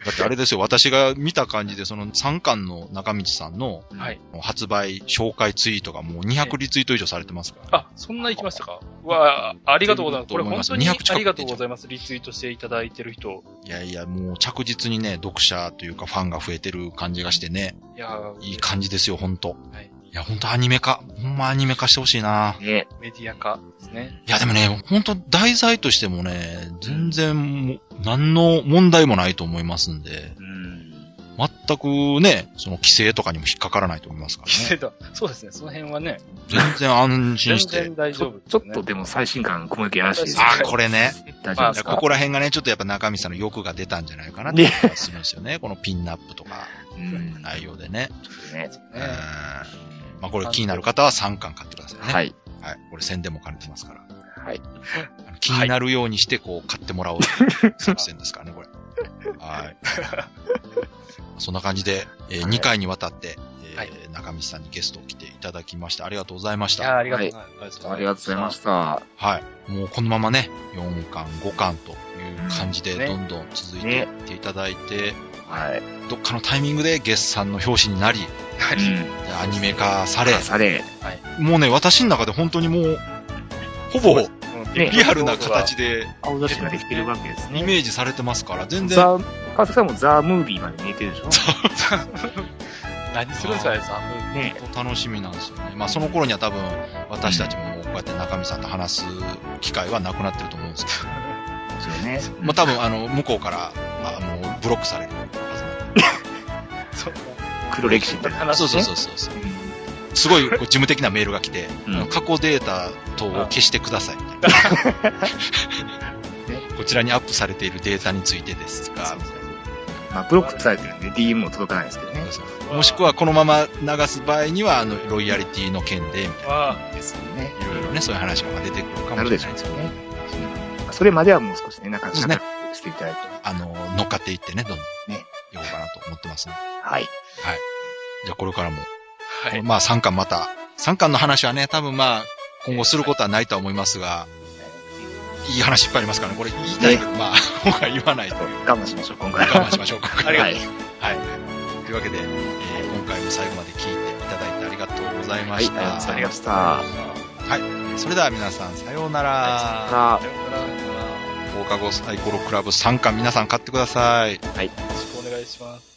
Speaker 3: だってあれですよ、私が見た感じで、その3巻の中道さんの
Speaker 5: はい。
Speaker 3: 発売紹介ツイートがもう200リツイート以上されてますから。
Speaker 5: あ、そんな行きましたかうわあ、ありがとうございます。これ
Speaker 3: 全部
Speaker 5: 本
Speaker 3: と
Speaker 5: 当
Speaker 3: 思い
Speaker 5: に
Speaker 3: ます
Speaker 5: あ
Speaker 3: 200近く
Speaker 5: りがとうございます。リツイートしていただいてる人。
Speaker 3: いやいや、もう着実にね、読者というかファンが増えてる感じがしてね、
Speaker 5: いやー
Speaker 3: いい感じですよ、ほんと。
Speaker 5: はい。
Speaker 3: いや、ほんとアニメ化。ほんまアニメ化してほしいな。
Speaker 4: ね。
Speaker 5: メディア化ですね。
Speaker 3: いや、でもね、ほんと題材としてもね、全然もう、何の問題もないと思いますんで、
Speaker 4: うん。
Speaker 3: 全くね、その規制とかにも引っかからないと思いますから
Speaker 5: 規制
Speaker 3: ね。
Speaker 5: だ。 そうですね。その辺はね、
Speaker 3: 全然安
Speaker 5: 全
Speaker 3: 心して
Speaker 5: 然。大
Speaker 4: ち
Speaker 5: 丈
Speaker 4: ょ
Speaker 5: 夫です、ね。
Speaker 4: ちょっとでも最新巻、小麦怪しいですね。
Speaker 3: あ、これね。
Speaker 4: 大丈夫です
Speaker 3: こ
Speaker 4: か
Speaker 3: こら辺がね、ちょっとやっぱ中身さんの欲が出たんじゃないかなって気がするんですよね。このピンナップとか
Speaker 4: うん。
Speaker 3: 内容でね。
Speaker 4: ね
Speaker 3: うん。
Speaker 5: ね。
Speaker 3: まあこれ気になる方は3巻買ってくださいね。。
Speaker 4: はいい。
Speaker 3: はい。これ宣伝も兼ねてますから。
Speaker 4: はい。
Speaker 3: あの気になるようにしてこう買ってもらおうという作戦ですからね、これ。はい。そんな感じで、え
Speaker 4: はい
Speaker 3: 2回にわたって、えー
Speaker 5: はい
Speaker 3: 中道さんにゲストを来ていただきまして、ありがとうございまし
Speaker 5: いやー
Speaker 3: た。
Speaker 5: ありがとうございます。
Speaker 1: ありがとうございます
Speaker 4: ありがとうございました。
Speaker 3: はい。もうこのままね、4巻、5巻という感じで、
Speaker 4: ね
Speaker 3: どんどん続いていっていただいて、
Speaker 4: はい。
Speaker 3: どっかのタイミングでゲスさんの表紙になり、
Speaker 4: うん。
Speaker 3: でアニメ化され、
Speaker 4: され、
Speaker 3: もうね、私の中で本当にもう、ほぼ
Speaker 4: ね
Speaker 3: リアルな形で
Speaker 7: 青写真ができてるわけです
Speaker 3: イ
Speaker 7: ね。
Speaker 3: メージされてますから、全然、
Speaker 7: ザ、川崎さんもザ・ムービーまで見えてるでしょ
Speaker 5: 何するんですかね、さ
Speaker 7: ね
Speaker 3: 楽しみなんですよね。まあその頃には多分、私たちもこうやって中身さんと話す機会はなくなってると思うんですけど、
Speaker 4: ですよね。
Speaker 3: まあ多分、あの、向こうから、あの、ブロックされるはずなんで
Speaker 5: そう。
Speaker 4: 黒歴史みたいな。
Speaker 5: 話
Speaker 3: そうそう
Speaker 5: ね
Speaker 3: そうそうそう。すごいこう事務的なメールが来て、
Speaker 4: うん
Speaker 3: あの過去データ等を消してくださいみたい な。こちらにアップされているデータについてですが、
Speaker 7: まあ、ブロックされてるんで DM も届かないですけどね。
Speaker 3: もしくはこのまま流す場合には、あの、ロイヤリティの件で、みたい
Speaker 5: あ
Speaker 7: ですよね。
Speaker 3: ないろいろね、そういう話が出てくるか
Speaker 7: な
Speaker 3: も
Speaker 7: る
Speaker 3: しれ
Speaker 7: でし
Speaker 3: な
Speaker 7: ょ
Speaker 3: いうで
Speaker 7: ね
Speaker 3: すけど、。
Speaker 7: うんそれまではもう少しね、なんか
Speaker 3: そうですね
Speaker 7: していただいて。
Speaker 3: あの、乗っかっていってね、どんどん
Speaker 7: ね
Speaker 3: ね、いこうかなと思ってますね。
Speaker 7: はい。
Speaker 3: じゃあこれからも、
Speaker 5: あ、はい。
Speaker 3: まあ3巻また、3巻の話はね、多分まあ、今後することはないとは思いますが、いい話いっぱいありますからね、これ言いたいけど、まあ、僕は言わないという。
Speaker 7: 我慢しましょう、今回は。
Speaker 3: 我慢し ましょうか。
Speaker 5: ありが
Speaker 3: はい。というわけで、えー今回も最後まで聞いていただいてありがとうございま
Speaker 4: はい、あり
Speaker 3: し
Speaker 4: が
Speaker 3: た。
Speaker 4: とうございました。
Speaker 3: はい。それでは皆さん、さようなら。
Speaker 4: さあ
Speaker 5: さようならさようならよ
Speaker 3: 放課後サイコロクラブ参加皆さん買ってください。
Speaker 5: ろしくお願いします。